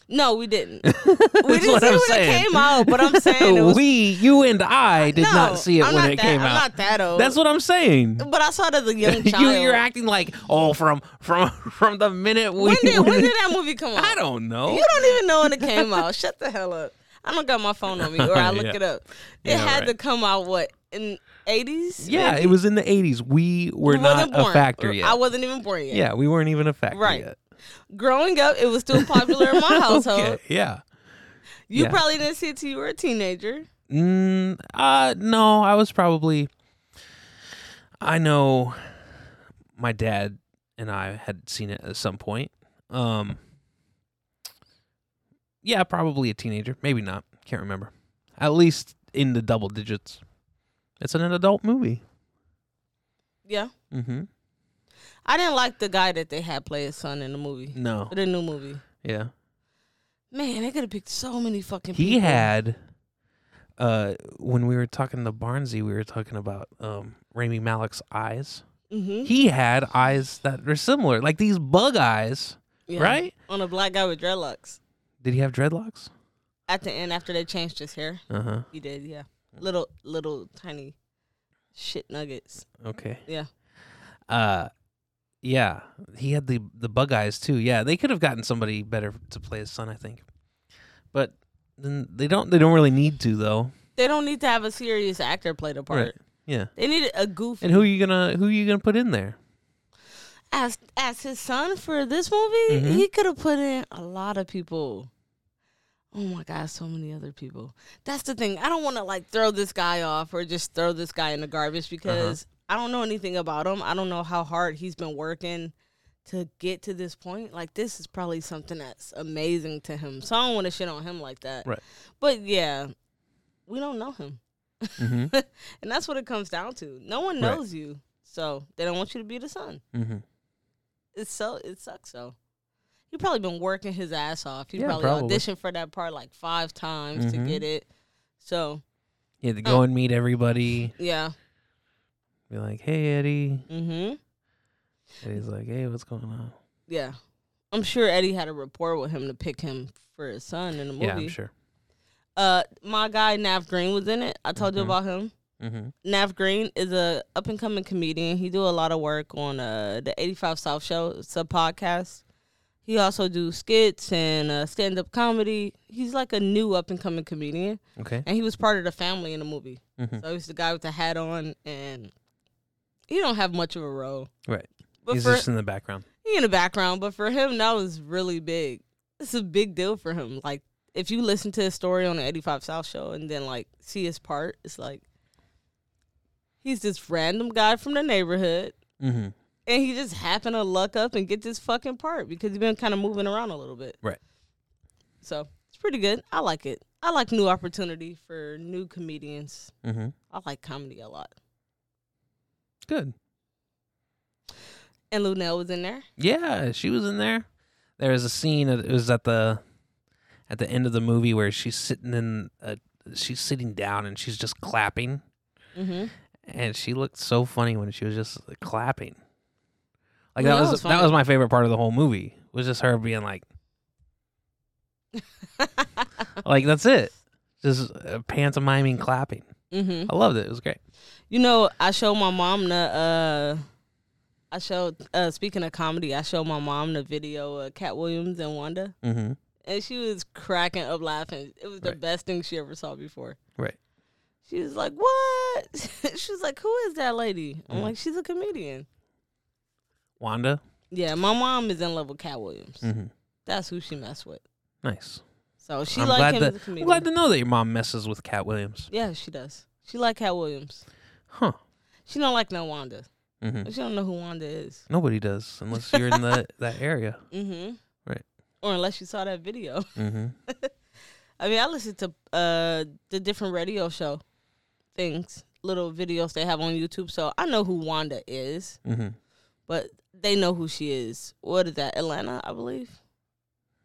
Speaker 2: No, we
Speaker 3: <laughs>
Speaker 2: didn't. We didn't
Speaker 3: what
Speaker 2: see it
Speaker 3: I'm
Speaker 2: when
Speaker 3: saying.
Speaker 2: it came out, but I'm saying it was.
Speaker 3: <laughs> we, you and I did
Speaker 2: no,
Speaker 3: not see it
Speaker 2: I'm
Speaker 3: when
Speaker 2: not
Speaker 3: it
Speaker 2: that,
Speaker 3: came
Speaker 2: I'm
Speaker 3: out.
Speaker 2: not that old.
Speaker 3: That's what I'm saying. <laughs>
Speaker 2: But I saw it as a young child.
Speaker 3: You, you're acting like oh from from <laughs> from the minute we
Speaker 2: when
Speaker 3: <laughs>
Speaker 2: did when did that movie come out?
Speaker 3: I don't know.
Speaker 2: You don't even know when it came out. Shut the hell up. I don't got my phone on me, or I look
Speaker 3: <laughs> Yeah.
Speaker 2: it up. It
Speaker 3: Yeah,
Speaker 2: had
Speaker 3: right.
Speaker 2: to come out what in eighties?
Speaker 3: Yeah, it was in the 80s. We were not a factor yet.
Speaker 2: I wasn't even born yet.
Speaker 3: yeah, we weren't even a factor
Speaker 2: Right.
Speaker 3: yet.
Speaker 2: Growing up, it was still popular in my household.
Speaker 3: <laughs> Okay, yeah.
Speaker 2: You
Speaker 3: yeah.
Speaker 2: probably didn't see it till you were a teenager.
Speaker 3: Mm, uh, no, I was probably. I know, my dad and I had seen it at some point. Um, yeah, probably a teenager, maybe not. Can't remember. At least in the double digits. It's an adult movie.
Speaker 2: Yeah,
Speaker 3: Mm-hmm.
Speaker 2: I didn't like the guy that they had play his son in the movie,
Speaker 3: No.
Speaker 2: the new movie.
Speaker 3: Yeah.
Speaker 2: Man, they could have picked so many fucking.
Speaker 3: he
Speaker 2: people.
Speaker 3: had uh when we were talking to Barnsey, we were talking about um Rami Malek's eyes.
Speaker 2: Mhm.
Speaker 3: He had eyes that were similar, like these bug eyes,
Speaker 2: Yeah.
Speaker 3: right?
Speaker 2: on a black guy with dreadlocks.
Speaker 3: Did he have dreadlocks?
Speaker 2: At the end, after they changed his hair,
Speaker 3: Uh-huh.
Speaker 2: he did. Yeah, little little tiny shit nuggets.
Speaker 3: Okay.
Speaker 2: Yeah.
Speaker 3: Uh yeah, he had the the bug eyes too. Yeah, they could have gotten somebody better to play his son, I think. But then they don't they don't really need to though.
Speaker 2: They don't need to have a serious actor play the part.
Speaker 3: Right. Yeah.
Speaker 2: They needed a goofy.
Speaker 3: And who are you going to who are you going to put in there?
Speaker 2: as as his son for this movie,
Speaker 3: Mhm.
Speaker 2: he could have put in a lot of people. Oh my god, so many other people. That's the thing. I don't want to like throw this guy off or just throw this guy in the garbage
Speaker 3: Uh-huh.
Speaker 2: because I don't know anything about him. I don't know how hard he's been working to get to this point. Like this is probably something that's amazing to him. So I don't want to shit on him like that.
Speaker 3: Right.
Speaker 2: But yeah, we don't know him.
Speaker 3: Mhm.
Speaker 2: <laughs> And that's what it comes down to. No one
Speaker 3: Right.
Speaker 2: knows you. So they don't want you to be the son.
Speaker 3: mhm.
Speaker 2: It's so it sucks though. He probably been working his ass off. He
Speaker 3: Yeah,
Speaker 2: probably,
Speaker 3: probably.
Speaker 2: auditioned for that part like five times
Speaker 3: Mhm.
Speaker 2: to get it. So
Speaker 3: You had to
Speaker 2: Oh.
Speaker 3: go and meet everybody.
Speaker 2: yeah.
Speaker 3: Be like, hey Eddie.
Speaker 2: Mm-hmm.
Speaker 3: Eddie's like, hey, what's going on?
Speaker 2: Yeah. I'm sure Eddie had a rapport with him to pick him for his son in the movie.
Speaker 3: Yeah, I'm sure.
Speaker 2: Uh my guy Nav Green was in it. I told
Speaker 3: Mhm.
Speaker 2: you about him.
Speaker 3: Mm-hmm.
Speaker 2: Nav Green is a up and coming comedian. He do a lot of work on uh, the 85 South Show. It's a podcast. He also do skits and uh, stand up comedy. He's like a new up and coming comedian,
Speaker 3: Okay.
Speaker 2: and he was part of the family in the movie.
Speaker 3: Mhm.
Speaker 2: So he's the guy with the hat on, and he don't have much of a role.
Speaker 3: Right.
Speaker 2: But
Speaker 3: He's
Speaker 2: for
Speaker 3: just in the background.
Speaker 2: he in the background, but for him that was really big. It's a big deal for him. Like if you listen to his story on the 85 South show and then like see his part, it's like he's this random guy from the neighborhood
Speaker 3: Mm-hmm.
Speaker 2: and he just happened to luck up and get this fucking part because he's been kind of moving around a little bit.
Speaker 3: Right.
Speaker 2: So, it's pretty good. I like it. I like new opportunity for new comedians.
Speaker 3: Mm-hmm.
Speaker 2: I like comedy a lot.
Speaker 3: Good.
Speaker 2: And Lunel was in there.
Speaker 3: Yeah, she was in there. There was a scene. It was at the at the end of the movie where she's sitting in a, she's sitting down and she's just clapping, Mm-hmm.
Speaker 2: Mhm.
Speaker 3: and she looked so funny when she was just clapping. Like
Speaker 2: Well, that
Speaker 3: that was
Speaker 2: was
Speaker 3: that
Speaker 2: funny.
Speaker 3: was my favorite part of the whole movie was just her being <laughs> like like that's it just uh, pantomiming clapping
Speaker 2: mhm.
Speaker 3: I loved it it was great
Speaker 2: You know, I showed my mom the uh I showed uh speaking of comedy, I showed my mom the video of Cat Williams and Wanda
Speaker 3: mm-hmm.
Speaker 2: and she was cracking up laughing. It was the
Speaker 3: Right.
Speaker 2: best thing she ever saw before.
Speaker 3: Right.
Speaker 2: She was like, "What?" <laughs> she was like, "Who is that lady?" I'm
Speaker 3: Mhm.
Speaker 2: like, "She's a comedian."
Speaker 3: Wanda.
Speaker 2: Yeah, my mom is in love with Cat Williams.
Speaker 3: Mm-hmm.
Speaker 2: That's who she messed with.
Speaker 3: Nice.
Speaker 2: So she
Speaker 3: I'm
Speaker 2: liked
Speaker 3: glad
Speaker 2: him
Speaker 3: that-
Speaker 2: as a
Speaker 3: I'm
Speaker 2: comedian.
Speaker 3: glad to know that your mom messes with Cat Williams.
Speaker 2: yeah, she does. She like Cat Williams.
Speaker 3: Huh.
Speaker 2: She don't like no Wanda.
Speaker 3: hmm
Speaker 2: She don't know who Wanda is.
Speaker 3: Nobody does unless you're in the,
Speaker 2: <laughs>
Speaker 3: that area.
Speaker 2: Mm-hmm.
Speaker 3: Right.
Speaker 2: Or unless you saw that video. <laughs>
Speaker 3: Mm-hmm.
Speaker 2: I mean, I listen to uh the different radio show things, little videos they have on YouTube. So I know who Wanda is,
Speaker 3: Mm-hmm.
Speaker 2: but they know who she is. What is that? Atlanta, I believe.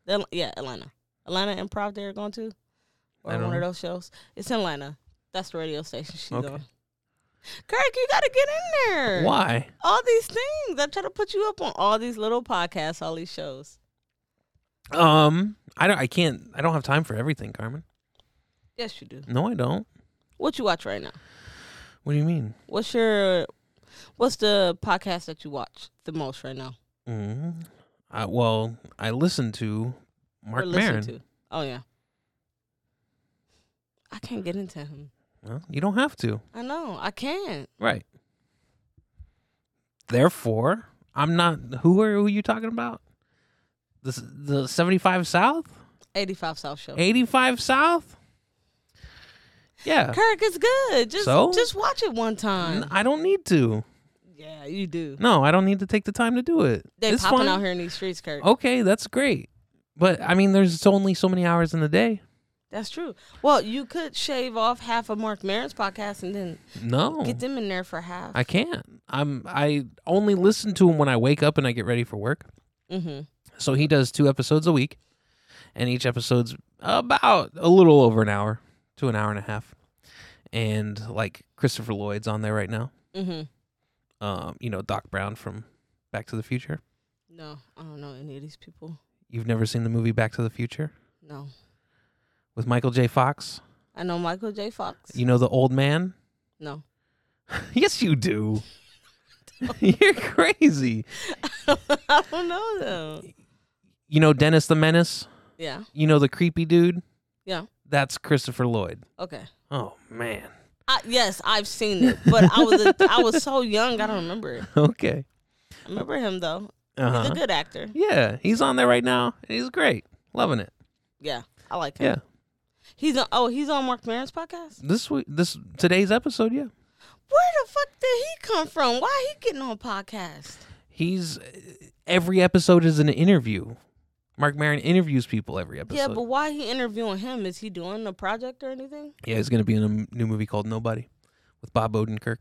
Speaker 2: Then yeah, Atlanta. Atlanta Improv they're going to, or one
Speaker 3: I don't
Speaker 2: of
Speaker 3: know.
Speaker 2: those shows. It's in Atlanta. That's the radio station she's
Speaker 3: Okay.
Speaker 2: on. Kirk, you gotta get in there.
Speaker 3: Why?
Speaker 2: All these things. I'm trying to put you up on all these little podcasts, all these shows.
Speaker 3: Um, I don't. I can't. I don't have time for everything, Carmen.
Speaker 2: Yes, you do.
Speaker 3: No, I don't.
Speaker 2: What you watch right now?
Speaker 3: What do you mean?
Speaker 2: What's your what's the podcast that you watch the most right now?
Speaker 3: Mm-hmm. I, well, I listen to Mark
Speaker 2: listen
Speaker 3: Maron.
Speaker 2: to? Oh yeah. I can't get into him.
Speaker 3: Well, you don't have to.
Speaker 2: I know. I can't.
Speaker 3: Right. Therefore, I'm not. Who are who you talking about? The s- the 75 South,
Speaker 2: Eighty five South Show.
Speaker 3: 85 South. Yeah,
Speaker 2: Kirk, it's good. Just
Speaker 3: uh, So?
Speaker 2: just watch it one time.
Speaker 3: N- I don't need to.
Speaker 2: Yeah, you do.
Speaker 3: No, I don't need to take the time to do it.
Speaker 2: They
Speaker 3: it's
Speaker 2: popping
Speaker 3: fine.
Speaker 2: out here in these streets, Kirk.
Speaker 3: Okay, that's great. But I mean, there's only so many hours in the day.
Speaker 2: That's true. Well, you could shave off half of Mark Maron's podcast and then
Speaker 3: No,
Speaker 2: get them in there for half.
Speaker 3: Oh. I can't. I'm. I only listen to him when I wake up and I get ready for work.
Speaker 2: mm-hmm.
Speaker 3: So he does two episodes a week, and each episode's about a little over an hour to an hour and a half. And like Christopher Lloyd's on there right now.
Speaker 2: Mm-hmm.
Speaker 3: Um, you know Doc Brown from Back to the Future.
Speaker 2: No, I don't know any of these people.
Speaker 3: You've never seen the movie Back to the Future
Speaker 2: No.
Speaker 3: with Michael J. Fox.
Speaker 2: I know Michael J. Fox.
Speaker 3: You know the old man.
Speaker 2: no.
Speaker 3: yes,
Speaker 2: <laughs>
Speaker 3: you do. You're crazy.
Speaker 2: <laughs> I don't know them.
Speaker 3: You know Dennis the Menace.
Speaker 2: Yeah.
Speaker 3: You know the creepy dude.
Speaker 2: Yeah.
Speaker 3: That's Christopher Lloyd.
Speaker 2: Okay.
Speaker 3: Oh man.
Speaker 2: I, yes, I've seen it, but I was a, I was so young, I don't remember it.
Speaker 3: Okay.
Speaker 2: I remember him though.
Speaker 3: Uh-huh.
Speaker 2: He's a good actor.
Speaker 3: Yeah, he's on there right now, and he's great. Loving it.
Speaker 2: Yeah, I like him.
Speaker 3: Yeah.
Speaker 2: He's on. Oh, he's on Mark Maron's podcast.
Speaker 3: This week, this today's episode, yeah,
Speaker 2: Where the fuck did he come from? Why he getting on podcast?
Speaker 3: he's every episode is an interview. Mark Maron interviews people every episode.
Speaker 2: Yeah, but why he interviewing him? Is he doing a project or anything?
Speaker 3: yeah, he's gonna be in a m- new movie called Nobody with Bob Odenkirk.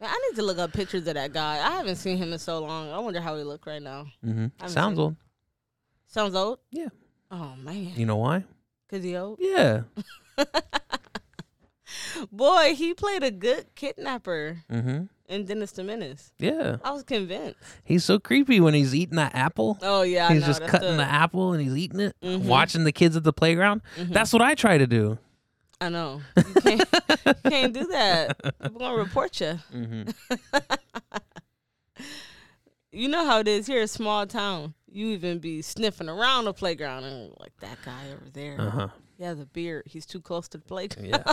Speaker 2: Man, I need to look up pictures of that guy. I haven't seen him in so long. I wonder how he look right now.
Speaker 3: Mm-hmm.
Speaker 2: haven't
Speaker 3: Sounds
Speaker 2: seen-
Speaker 3: old.
Speaker 2: Sounds old.
Speaker 3: Yeah.
Speaker 2: Oh man,
Speaker 3: You know why?
Speaker 2: cause he old. <laughs>
Speaker 3: Yeah.
Speaker 2: Boy, he played a good kidnapper
Speaker 3: Mm-hmm.
Speaker 2: in Dennis the Menace.
Speaker 3: Yeah.
Speaker 2: I was convinced.
Speaker 3: He's so creepy when he's eating that apple.
Speaker 2: Oh yeah, I
Speaker 3: he's
Speaker 2: know.
Speaker 3: just
Speaker 2: that's
Speaker 3: cutting
Speaker 2: the-
Speaker 3: the apple and he's eating it,
Speaker 2: Mhm.
Speaker 3: watching the kids at the playground.
Speaker 2: Mm-hmm.
Speaker 3: That's what I try to do.
Speaker 2: I <laughs> know. You can't, you can't do that. People gonna report you.
Speaker 3: Mm-hmm.
Speaker 2: <laughs> You know how it is here, a small town. You even be sniffing around the playground and like that guy over there. <laughs>
Speaker 3: Uh huh.
Speaker 2: Yeah, the beard. He's too close to the playground.
Speaker 3: Yeah.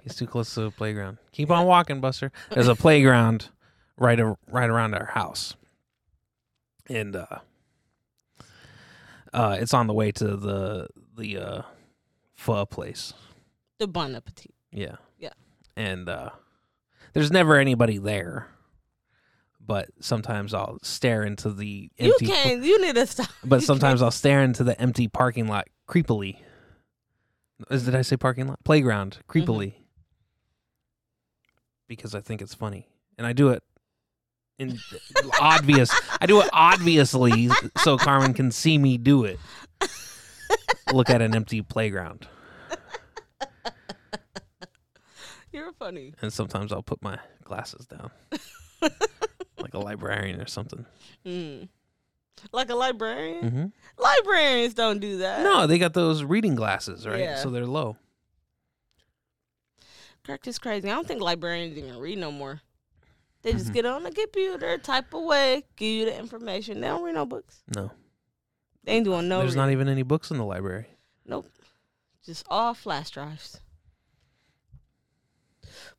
Speaker 3: He's too close to the playground. Keep on walking, Buster. There's
Speaker 2: <laughs>
Speaker 3: a playground right a, right around our house. And uh uh it's on the way to the the uh pho place.
Speaker 2: The bon appetit.
Speaker 3: Yeah.
Speaker 2: Yeah.
Speaker 3: And uh there's never anybody there. But sometimes I'll stare into the empty
Speaker 2: you
Speaker 3: pl-
Speaker 2: can't. You need to stop. <laughs>
Speaker 3: but sometimes I'll stare into the empty parking lot creepily. Is did I say parking lot? Playground creepily.
Speaker 2: Mm-hmm.
Speaker 3: Because I think it's funny. And I do it in <laughs> obvious. I do it obviously so Carmen can see me
Speaker 2: <laughs>
Speaker 3: do it. Look at an empty playground.
Speaker 2: You're funny.
Speaker 3: And sometimes I'll put my
Speaker 2: <laughs>
Speaker 3: glasses down. like a librarian or something.
Speaker 2: Mm. Like a librarian.
Speaker 3: hmm
Speaker 2: Librarians don't do that.
Speaker 3: No, they got those reading glasses, right?
Speaker 2: Yeah.
Speaker 3: So they're low.
Speaker 2: Correct is crazy. I don't think librarians even read no more. They
Speaker 3: Mm-hmm.
Speaker 2: just get on the computer, type away, give you the information. They don't read no books.
Speaker 3: No.
Speaker 2: They ain't doing no.
Speaker 3: There's
Speaker 2: reading.
Speaker 3: not e- even any books in the library.
Speaker 2: Nope. Just all flash drives.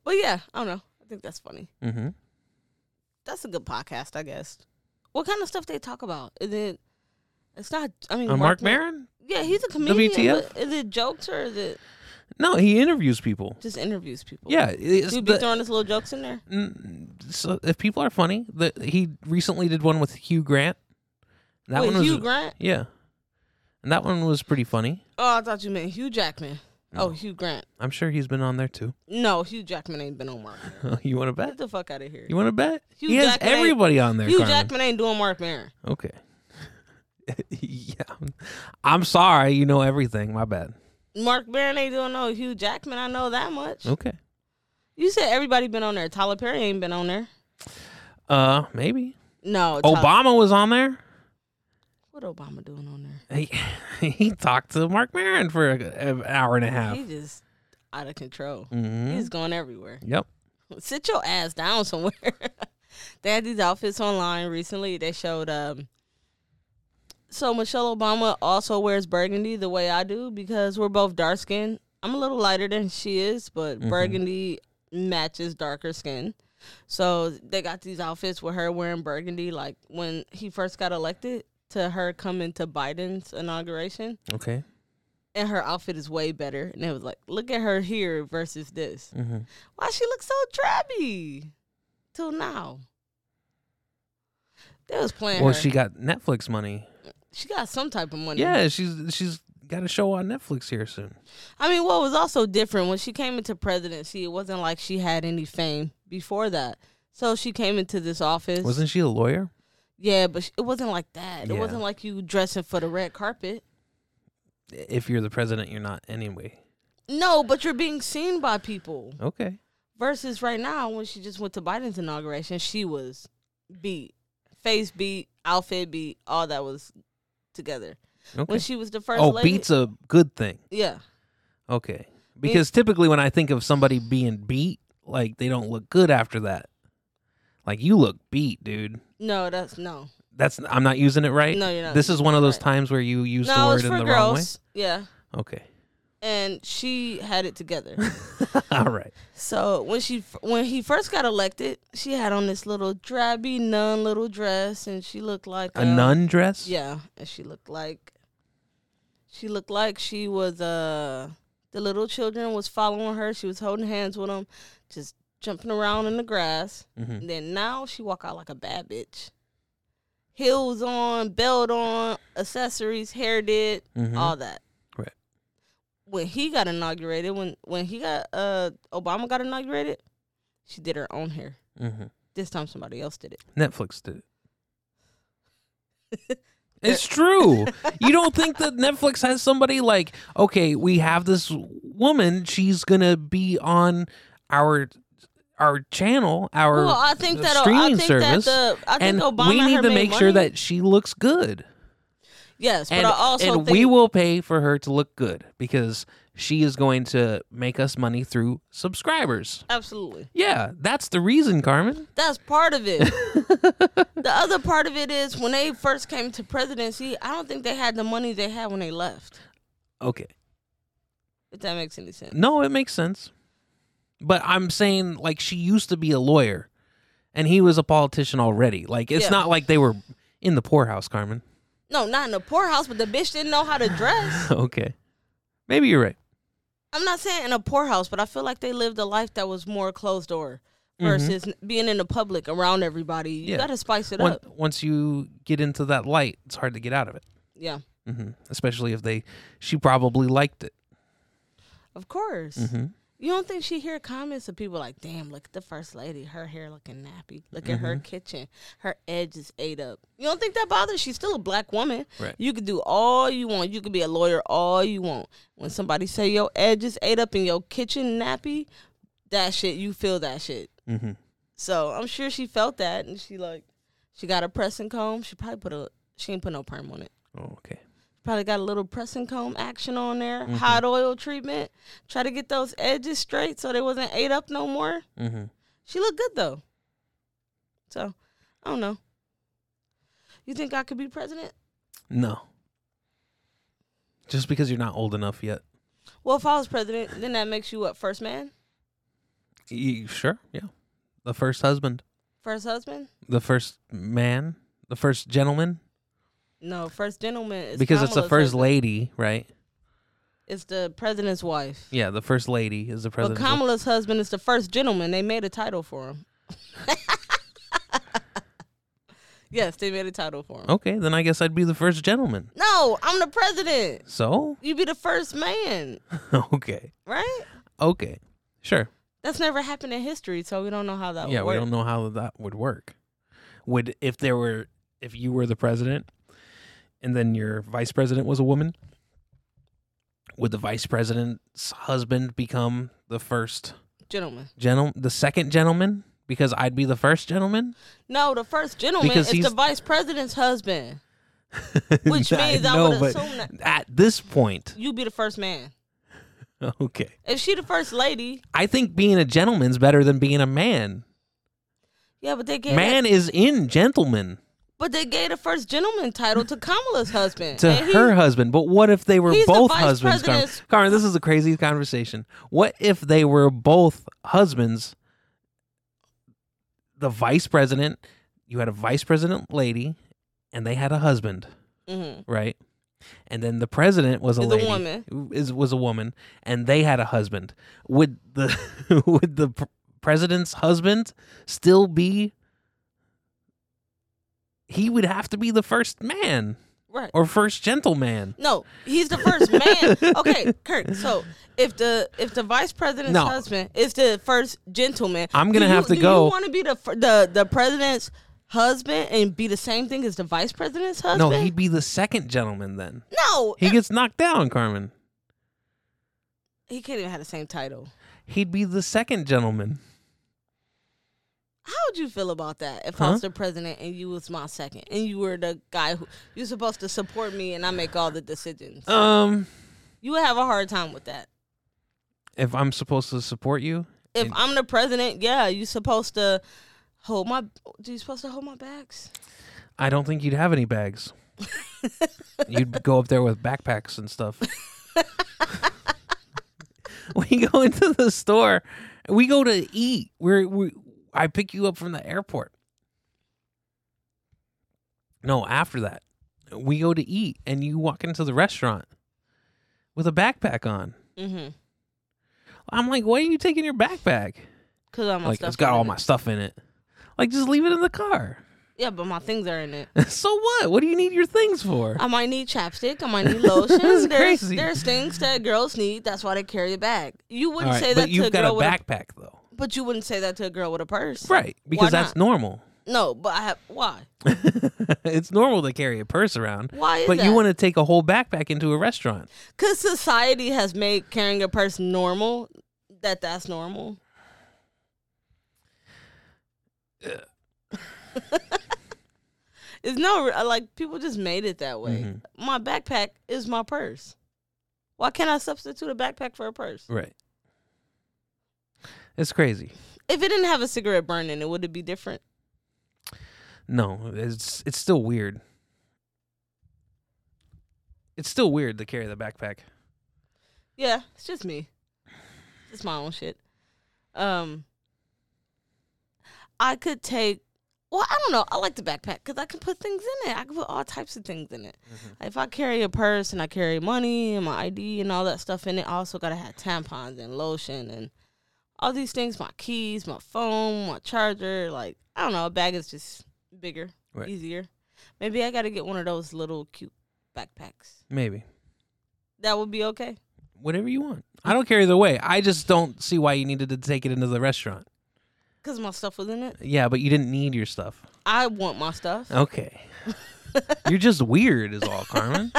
Speaker 2: But yeah, I don't know. I think that's funny.
Speaker 3: Mm-hmm.
Speaker 2: That's a good podcast, I guess. What kind of stuff they talk about? Is it It's not. I mean,
Speaker 3: Uh, Mark
Speaker 2: Maron.
Speaker 3: Maron?
Speaker 2: Yeah, he's a comedian.
Speaker 3: WTF?
Speaker 2: but Is it jokes or is it
Speaker 3: No, he interviews people.
Speaker 2: just interviews people?
Speaker 3: Yeah, it's
Speaker 2: He be
Speaker 3: the-
Speaker 2: throwing his little jokes in there.
Speaker 3: Mm, so if people are funny, the, he recently did one with Hugh Grant. That
Speaker 2: Wait,
Speaker 3: one was
Speaker 2: Hugh Grant?
Speaker 3: yeah, and that one was pretty funny.
Speaker 2: Oh, I thought you meant Hugh Jackman. Oh, Hugh Grant.
Speaker 3: I'm sure he's been on there too. <laughs>
Speaker 2: No, Hugh Jackman ain't been on Mark. Maron.
Speaker 3: you want to
Speaker 2: Get
Speaker 3: bet?
Speaker 2: the fuck out of here.
Speaker 3: You want to bet?
Speaker 2: Hugh
Speaker 3: he has
Speaker 2: Jackman ain't-
Speaker 3: everybody on there.
Speaker 2: Hugh
Speaker 3: Carmen.
Speaker 2: Jackman ain't doing Mark Maron.
Speaker 3: Okay. <laughs> yeah, I'm sorry. You know everything. My bad.
Speaker 2: Mark Maron ain't doing no Hugh Jackman. I know that much.
Speaker 3: Okay.
Speaker 2: You said everybody been on there. Tyler Perry ain't been on there.
Speaker 3: Uh, maybe
Speaker 2: No. Tyler-
Speaker 3: Obama was on there.
Speaker 2: What Obama doing on there?
Speaker 3: He, <laughs> he talked to Mark Maron for a, an hour and a half.
Speaker 2: He just out of control.
Speaker 3: Mhm.
Speaker 2: He's going everywhere.
Speaker 3: Yep.
Speaker 2: Sit your ass down somewhere. <laughs> they had these outfits online recently. They showed um so Michelle Obama also wears burgundy the way I do because we're both dark skinned. I'm a little lighter than she is, but burgundy matches darker skin. So they got these outfits with her wearing burgundy like when he first got elected to her coming to Biden's inauguration
Speaker 3: Okay.
Speaker 2: and her outfit is way better. And it was like, look at her here versus this.
Speaker 3: Mhm.
Speaker 2: Why she looks so drabby till now? They was playing
Speaker 3: Well,
Speaker 2: her.
Speaker 3: she got Netflix money.
Speaker 2: She got some type of money.
Speaker 3: Yeah, she's she's got a show on Netflix here soon.
Speaker 2: I mean, what was also different when she came into presidency, it wasn't like she had any fame before that. So she came into this office.
Speaker 3: Wasn't she a lawyer?
Speaker 2: yeah, but sh- it wasn't like that. It
Speaker 3: Yeah.
Speaker 2: wasn't like you dressing for the red carpet.
Speaker 3: If you're the president, you're not anyway.
Speaker 2: No, but you're being seen by people.
Speaker 3: Okay.
Speaker 2: Versus right now, when she just went to Biden's inauguration, she was beat, face beat, outfit beat, all that was together.
Speaker 3: Okay.
Speaker 2: When she was the first
Speaker 3: oh,
Speaker 2: lady,
Speaker 3: beat's a good thing.
Speaker 2: yeah,
Speaker 3: Okay. Because typically when I think of somebody being beat, like they don't look good after that. Like you look beat, dude.
Speaker 2: no, that's no,
Speaker 3: That's I'm not using it right.
Speaker 2: No, you're not
Speaker 3: This is one of those
Speaker 2: right.
Speaker 3: times where you use the
Speaker 2: no,
Speaker 3: word
Speaker 2: it's
Speaker 3: in
Speaker 2: for
Speaker 3: the
Speaker 2: girls, yeah,
Speaker 3: wrong way. Okay. <laughs>
Speaker 2: and she had it together.
Speaker 3: All right.
Speaker 2: so when she f- when he first got elected, she had on this little drabby nun little dress, and she looked like uh,
Speaker 3: A nun dress?
Speaker 2: Yeah, and she looked like she looked like she was uh the little children was following her. She was holding hands with them, just jumping around in the grass.
Speaker 3: Mhm.
Speaker 2: And then now she walk out like a bad bitch. Heels on, belt on, accessories, hair did,
Speaker 3: Mhm.
Speaker 2: all that.
Speaker 3: Right.
Speaker 2: When he got inaugurated, when when he got uh Obama got inaugurated, she did her own hair.
Speaker 3: hmm
Speaker 2: This time somebody else did it.
Speaker 3: Netflix did it.
Speaker 2: <laughs>
Speaker 3: It's true. You don't think that Netflix has somebody like, okay, we have this woman, she's gonna be on our our channel, our
Speaker 2: Well, I think that uh, I
Speaker 3: streaming
Speaker 2: think
Speaker 3: service,
Speaker 2: that the I think
Speaker 3: and
Speaker 2: Obama
Speaker 3: we
Speaker 2: and
Speaker 3: need
Speaker 2: her
Speaker 3: to
Speaker 2: made
Speaker 3: make sure
Speaker 2: money.
Speaker 3: that she looks good,
Speaker 2: Yes, but
Speaker 3: and
Speaker 2: I also
Speaker 3: and
Speaker 2: think
Speaker 3: we will pay for her to look good because she is going to make us money through subscribers.
Speaker 2: absolutely
Speaker 3: Yeah, that's the reason, Carmen.
Speaker 2: that's part of
Speaker 3: <laughs>
Speaker 2: it. the other part of it is when they first came to presidency, I don't think they had the money they had when they left.
Speaker 3: Okay.
Speaker 2: If that makes any sense.
Speaker 3: No, it makes sense. But I'm saying like she used to be a lawyer and he was a politician already. Like it's
Speaker 2: Yeah.
Speaker 3: not like they were in the poorhouse, Carmen. <laughs>
Speaker 2: No, not in the poorhouse, but the bitch didn't know how to dress.
Speaker 3: okay. Maybe you're right.
Speaker 2: I'm not saying in a poorhouse, but I feel like they lived a life that was more closed door versus being in the public around everybody. You
Speaker 3: Yeah.
Speaker 2: gotta spice it
Speaker 3: Once,
Speaker 2: up.
Speaker 3: once you get into that light, it's hard to get out of it.
Speaker 2: Yeah,
Speaker 3: hmm Especially if they, she probably liked it.
Speaker 2: of course.
Speaker 3: hmm
Speaker 2: You don't think she hear comments of people like, "Damn, look at the first lady. Her hair looking nappy. Look at her kitchen. Her edge is ate up." You don't think that bothers? She's still a black woman.
Speaker 3: Right.
Speaker 2: You could do all you want. You could be a lawyer all you want. When somebody say your edge is ate up and your kitchen nappy, that shit you feel that shit.
Speaker 3: hmm
Speaker 2: So I'm sure she felt that, and she like, she got a pressing comb. She probably put a she ain't put no perm on it.
Speaker 3: Oh, okay.
Speaker 2: Probably got a little pressing comb action on there,
Speaker 3: Mm-hmm.
Speaker 2: hot oil treatment. Try to get those edges straight so they wasn't ate up no more.
Speaker 3: hmm
Speaker 2: She looked good though. So, I don't know. You think I could be president?
Speaker 3: No. Just because you're not old enough yet.
Speaker 2: Well, if I was president, then that makes you what? First man?
Speaker 3: You, sure. Yeah. The first husband,
Speaker 2: First husband?
Speaker 3: the first man, the first gentleman.
Speaker 2: No, first gentleman is
Speaker 3: because it's the
Speaker 2: Kamala's
Speaker 3: first
Speaker 2: husband.
Speaker 3: lady, right?
Speaker 2: It's the president's wife.
Speaker 3: Yeah, the first lady is the
Speaker 2: But
Speaker 3: president.
Speaker 2: Kamala's husband is the first gentleman. They made a title for him. <laughs> yes, they made a title for him.
Speaker 3: okay, then I guess I'd be the first gentleman.
Speaker 2: No, I'm the president.
Speaker 3: So <laughs>
Speaker 2: You be the first man,
Speaker 3: okay,
Speaker 2: right?
Speaker 3: okay, sure.
Speaker 2: That's never happened in history, so we don't know how that
Speaker 3: yeah,
Speaker 2: would work.
Speaker 3: we don't know how that would work. Would if there were if you were the president, and then your vice president was a woman, would the vice president's husband become the first
Speaker 2: Gentleman.
Speaker 3: gentle, the second gentleman? Because I'd be the first gentleman,
Speaker 2: No, the first gentleman
Speaker 3: Because
Speaker 2: is
Speaker 3: he's-
Speaker 2: the vice president's husband, which
Speaker 3: <laughs> I
Speaker 2: means I,
Speaker 3: know,
Speaker 2: would
Speaker 3: but
Speaker 2: assume that
Speaker 3: at this point, <laughs>
Speaker 2: you be the first man.
Speaker 3: okay.
Speaker 2: If she the first lady,
Speaker 3: I think being a gentleman's better than being a man.
Speaker 2: yeah, but they gave
Speaker 3: Man is in gentleman
Speaker 2: but they gave the first gentleman title to Kamala's husband.
Speaker 3: to
Speaker 2: and he-
Speaker 3: her husband, but what if they were
Speaker 2: he's the
Speaker 3: both
Speaker 2: vice
Speaker 3: husbands? Carmen?
Speaker 2: president's-
Speaker 3: Carmen, this is a crazy conversation. What if they were both husbands? The vice president, you had a vice president lady, and they had a husband,
Speaker 2: Mhm.
Speaker 3: right? And then the president was a
Speaker 2: Is a
Speaker 3: lady,
Speaker 2: woman.
Speaker 3: is was a woman, and they had a husband. Would the <laughs> would the pr- president's husband still be? He would have to be the first man
Speaker 2: right?
Speaker 3: or first gentleman.
Speaker 2: no, he's the first
Speaker 3: <laughs>
Speaker 2: man. Okay, Kirk. So if the if the vice president's
Speaker 3: No.
Speaker 2: husband is the first gentleman,
Speaker 3: I'm gonna
Speaker 2: do you-
Speaker 3: have to
Speaker 2: do
Speaker 3: go-
Speaker 2: You want to be the fir- the the president's husband and be the same thing as the vice president's husband?
Speaker 3: No, he'd be the second gentleman then.
Speaker 2: no,
Speaker 3: He gets knocked down, Carmen.
Speaker 2: he can't even have the same title.
Speaker 3: He'd be the second gentleman.
Speaker 2: How would you feel about that if I was the president and you was my second and you were the guy who you're supposed to support me and I make all the decisions?
Speaker 3: Um,
Speaker 2: You would have a hard time with that.
Speaker 3: if I'm supposed to support you,
Speaker 2: If
Speaker 3: And-
Speaker 2: I'm the president, yeah, you supposed to hold my do you supposed to hold my bags?
Speaker 3: I don't think you'd have any bags. you'd go up there with backpacks and stuff. <laughs> we go into the store. We go to eat. We're, we I pick you up from the airport. No, after that, we go to eat, and you walk into the restaurant with a backpack on.
Speaker 2: Mm-hmm.
Speaker 3: I'm like, why are you taking your backpack?
Speaker 2: Cause all my
Speaker 3: like,
Speaker 2: stuff
Speaker 3: it's got
Speaker 2: are
Speaker 3: all
Speaker 2: in
Speaker 3: my
Speaker 2: it.
Speaker 3: stuff in it. Like, just leave it in the car. <laughs>
Speaker 2: Yeah, but my things are in it.
Speaker 3: so what? What do you need your things for?
Speaker 2: I might need chapstick. I
Speaker 3: <laughs>
Speaker 2: might need
Speaker 3: That's
Speaker 2: lotion. there's
Speaker 3: crazy.
Speaker 2: there's things that girls need. That's why they carry a bag. You
Speaker 3: All
Speaker 2: wouldn't
Speaker 3: right,
Speaker 2: say
Speaker 3: but
Speaker 2: that to a
Speaker 3: you've got a
Speaker 2: girl with a,
Speaker 3: backpack though,
Speaker 2: but you wouldn't say that to a girl with a purse.
Speaker 3: right? Because that's
Speaker 2: not?
Speaker 3: normal. <laughs>
Speaker 2: No, but I have why?
Speaker 3: it's normal to carry a purse around.
Speaker 2: Why is
Speaker 3: But you
Speaker 2: that?
Speaker 3: want to take a whole backpack into a restaurant?
Speaker 2: Because society has made carrying a purse normal, that that's normal. it's no, like, people just made it that way.
Speaker 3: Mhm.
Speaker 2: My backpack is my purse. Why can't I substitute a backpack for a purse?
Speaker 3: Right. It's crazy.
Speaker 2: If it didn't have a cigarette burn in it, would it be different?
Speaker 3: No, it's it's still weird. It's still weird to carry the backpack.
Speaker 2: Yeah, it's just me. It's my own shit. Um, I could take. Well, I don't know. I like the backpack because I can put things in it. I can put all types of things in it. If I carry a purse and I carry money and my ID and all that stuff in it, I also gotta have tampons and lotion and all these things. My keys, my phone, my charger. Like I don't know. A bag is just bigger,
Speaker 3: Right.
Speaker 2: easier. Maybe I gotta get one of those little cute backpacks.
Speaker 3: Maybe.
Speaker 2: That would be okay.
Speaker 3: whatever you want. I don't care either way. I just don't see why you needed to take it into the restaurant.
Speaker 2: Cause my stuff was in it.
Speaker 3: Yeah, but you didn't need your stuff.
Speaker 2: I want my stuff.
Speaker 3: Okay. You're just weird is all, Carmen.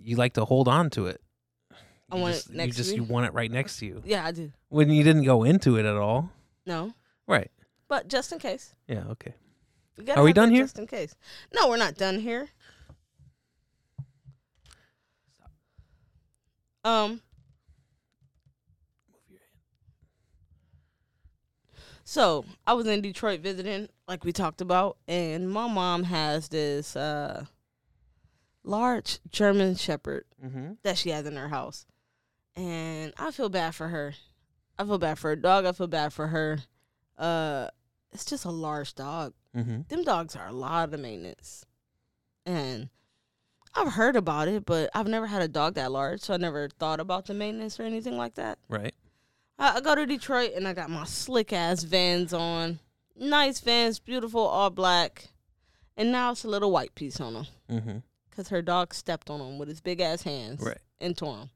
Speaker 3: You like to hold on to it.
Speaker 2: I
Speaker 3: You
Speaker 2: want
Speaker 3: just,
Speaker 2: it next
Speaker 3: you just
Speaker 2: to me.
Speaker 3: you want it right next to you.
Speaker 2: yeah, I do.
Speaker 3: When you didn't go into it at all.
Speaker 2: No,
Speaker 3: Right.
Speaker 2: but just in case.
Speaker 3: Yeah, okay.
Speaker 2: You gotta
Speaker 3: Are we
Speaker 2: have
Speaker 3: done
Speaker 2: that
Speaker 3: here?
Speaker 2: Just in case. No, we're not done here. Um. So I was in Detroit visiting, like we talked about, and my mom has this uh, large German Shepherd
Speaker 3: Mm-hmm.
Speaker 2: that she has in her house. And I feel bad for her. I feel bad for her dog. I feel bad for her. Uh, it's just a large dog.
Speaker 3: Mm-hmm.
Speaker 2: Them dogs are a lot of maintenance. and I've heard about it, but I've never had a dog that large, so I never thought about the maintenance or anything like that.
Speaker 3: right?
Speaker 2: I, I go to Detroit and I got my slick ass vans on, nice vans, beautiful, all black, and now it's a little white piece on them
Speaker 3: Mm-hmm.
Speaker 2: because her dog stepped on them with his big ass hands
Speaker 3: Right.
Speaker 2: and tore them.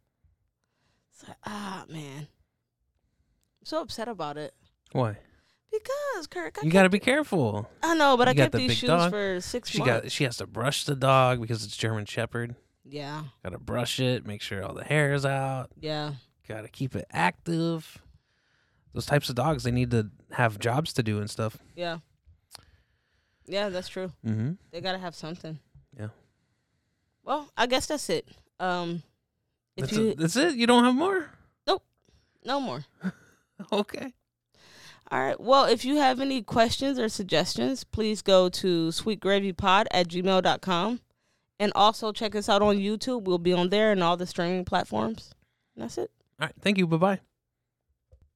Speaker 2: It's like ah man, I'm so upset about it
Speaker 3: Why?
Speaker 2: because Kirk, I,
Speaker 3: You got to be careful.
Speaker 2: I know, but
Speaker 3: you
Speaker 2: I
Speaker 3: got
Speaker 2: kept
Speaker 3: the
Speaker 2: these
Speaker 3: big
Speaker 2: shoes
Speaker 3: dog.
Speaker 2: for six
Speaker 3: She
Speaker 2: months.
Speaker 3: got she has to brush the dog because it's German Shepherd.
Speaker 2: yeah,
Speaker 3: Got to brush it, make sure all the hair is out.
Speaker 2: yeah,
Speaker 3: Got to keep it active. Those types of dogs, they need to have jobs to do and stuff.
Speaker 2: yeah, yeah. That's true.
Speaker 3: Mm-hmm.
Speaker 2: They gotta have something.
Speaker 3: Yeah.
Speaker 2: Well, I guess that's it. Um, if
Speaker 3: That's,
Speaker 2: you
Speaker 3: it, that's it. You don't have more.
Speaker 2: no more.
Speaker 3: Okay.
Speaker 2: All right. Well, if you have any questions or suggestions, please go to sweetgravypod at gmail.com. And also check us out on YouTube. We'll be on there and all the streaming platforms. And that's it.
Speaker 3: All right. Thank you. Bye bye.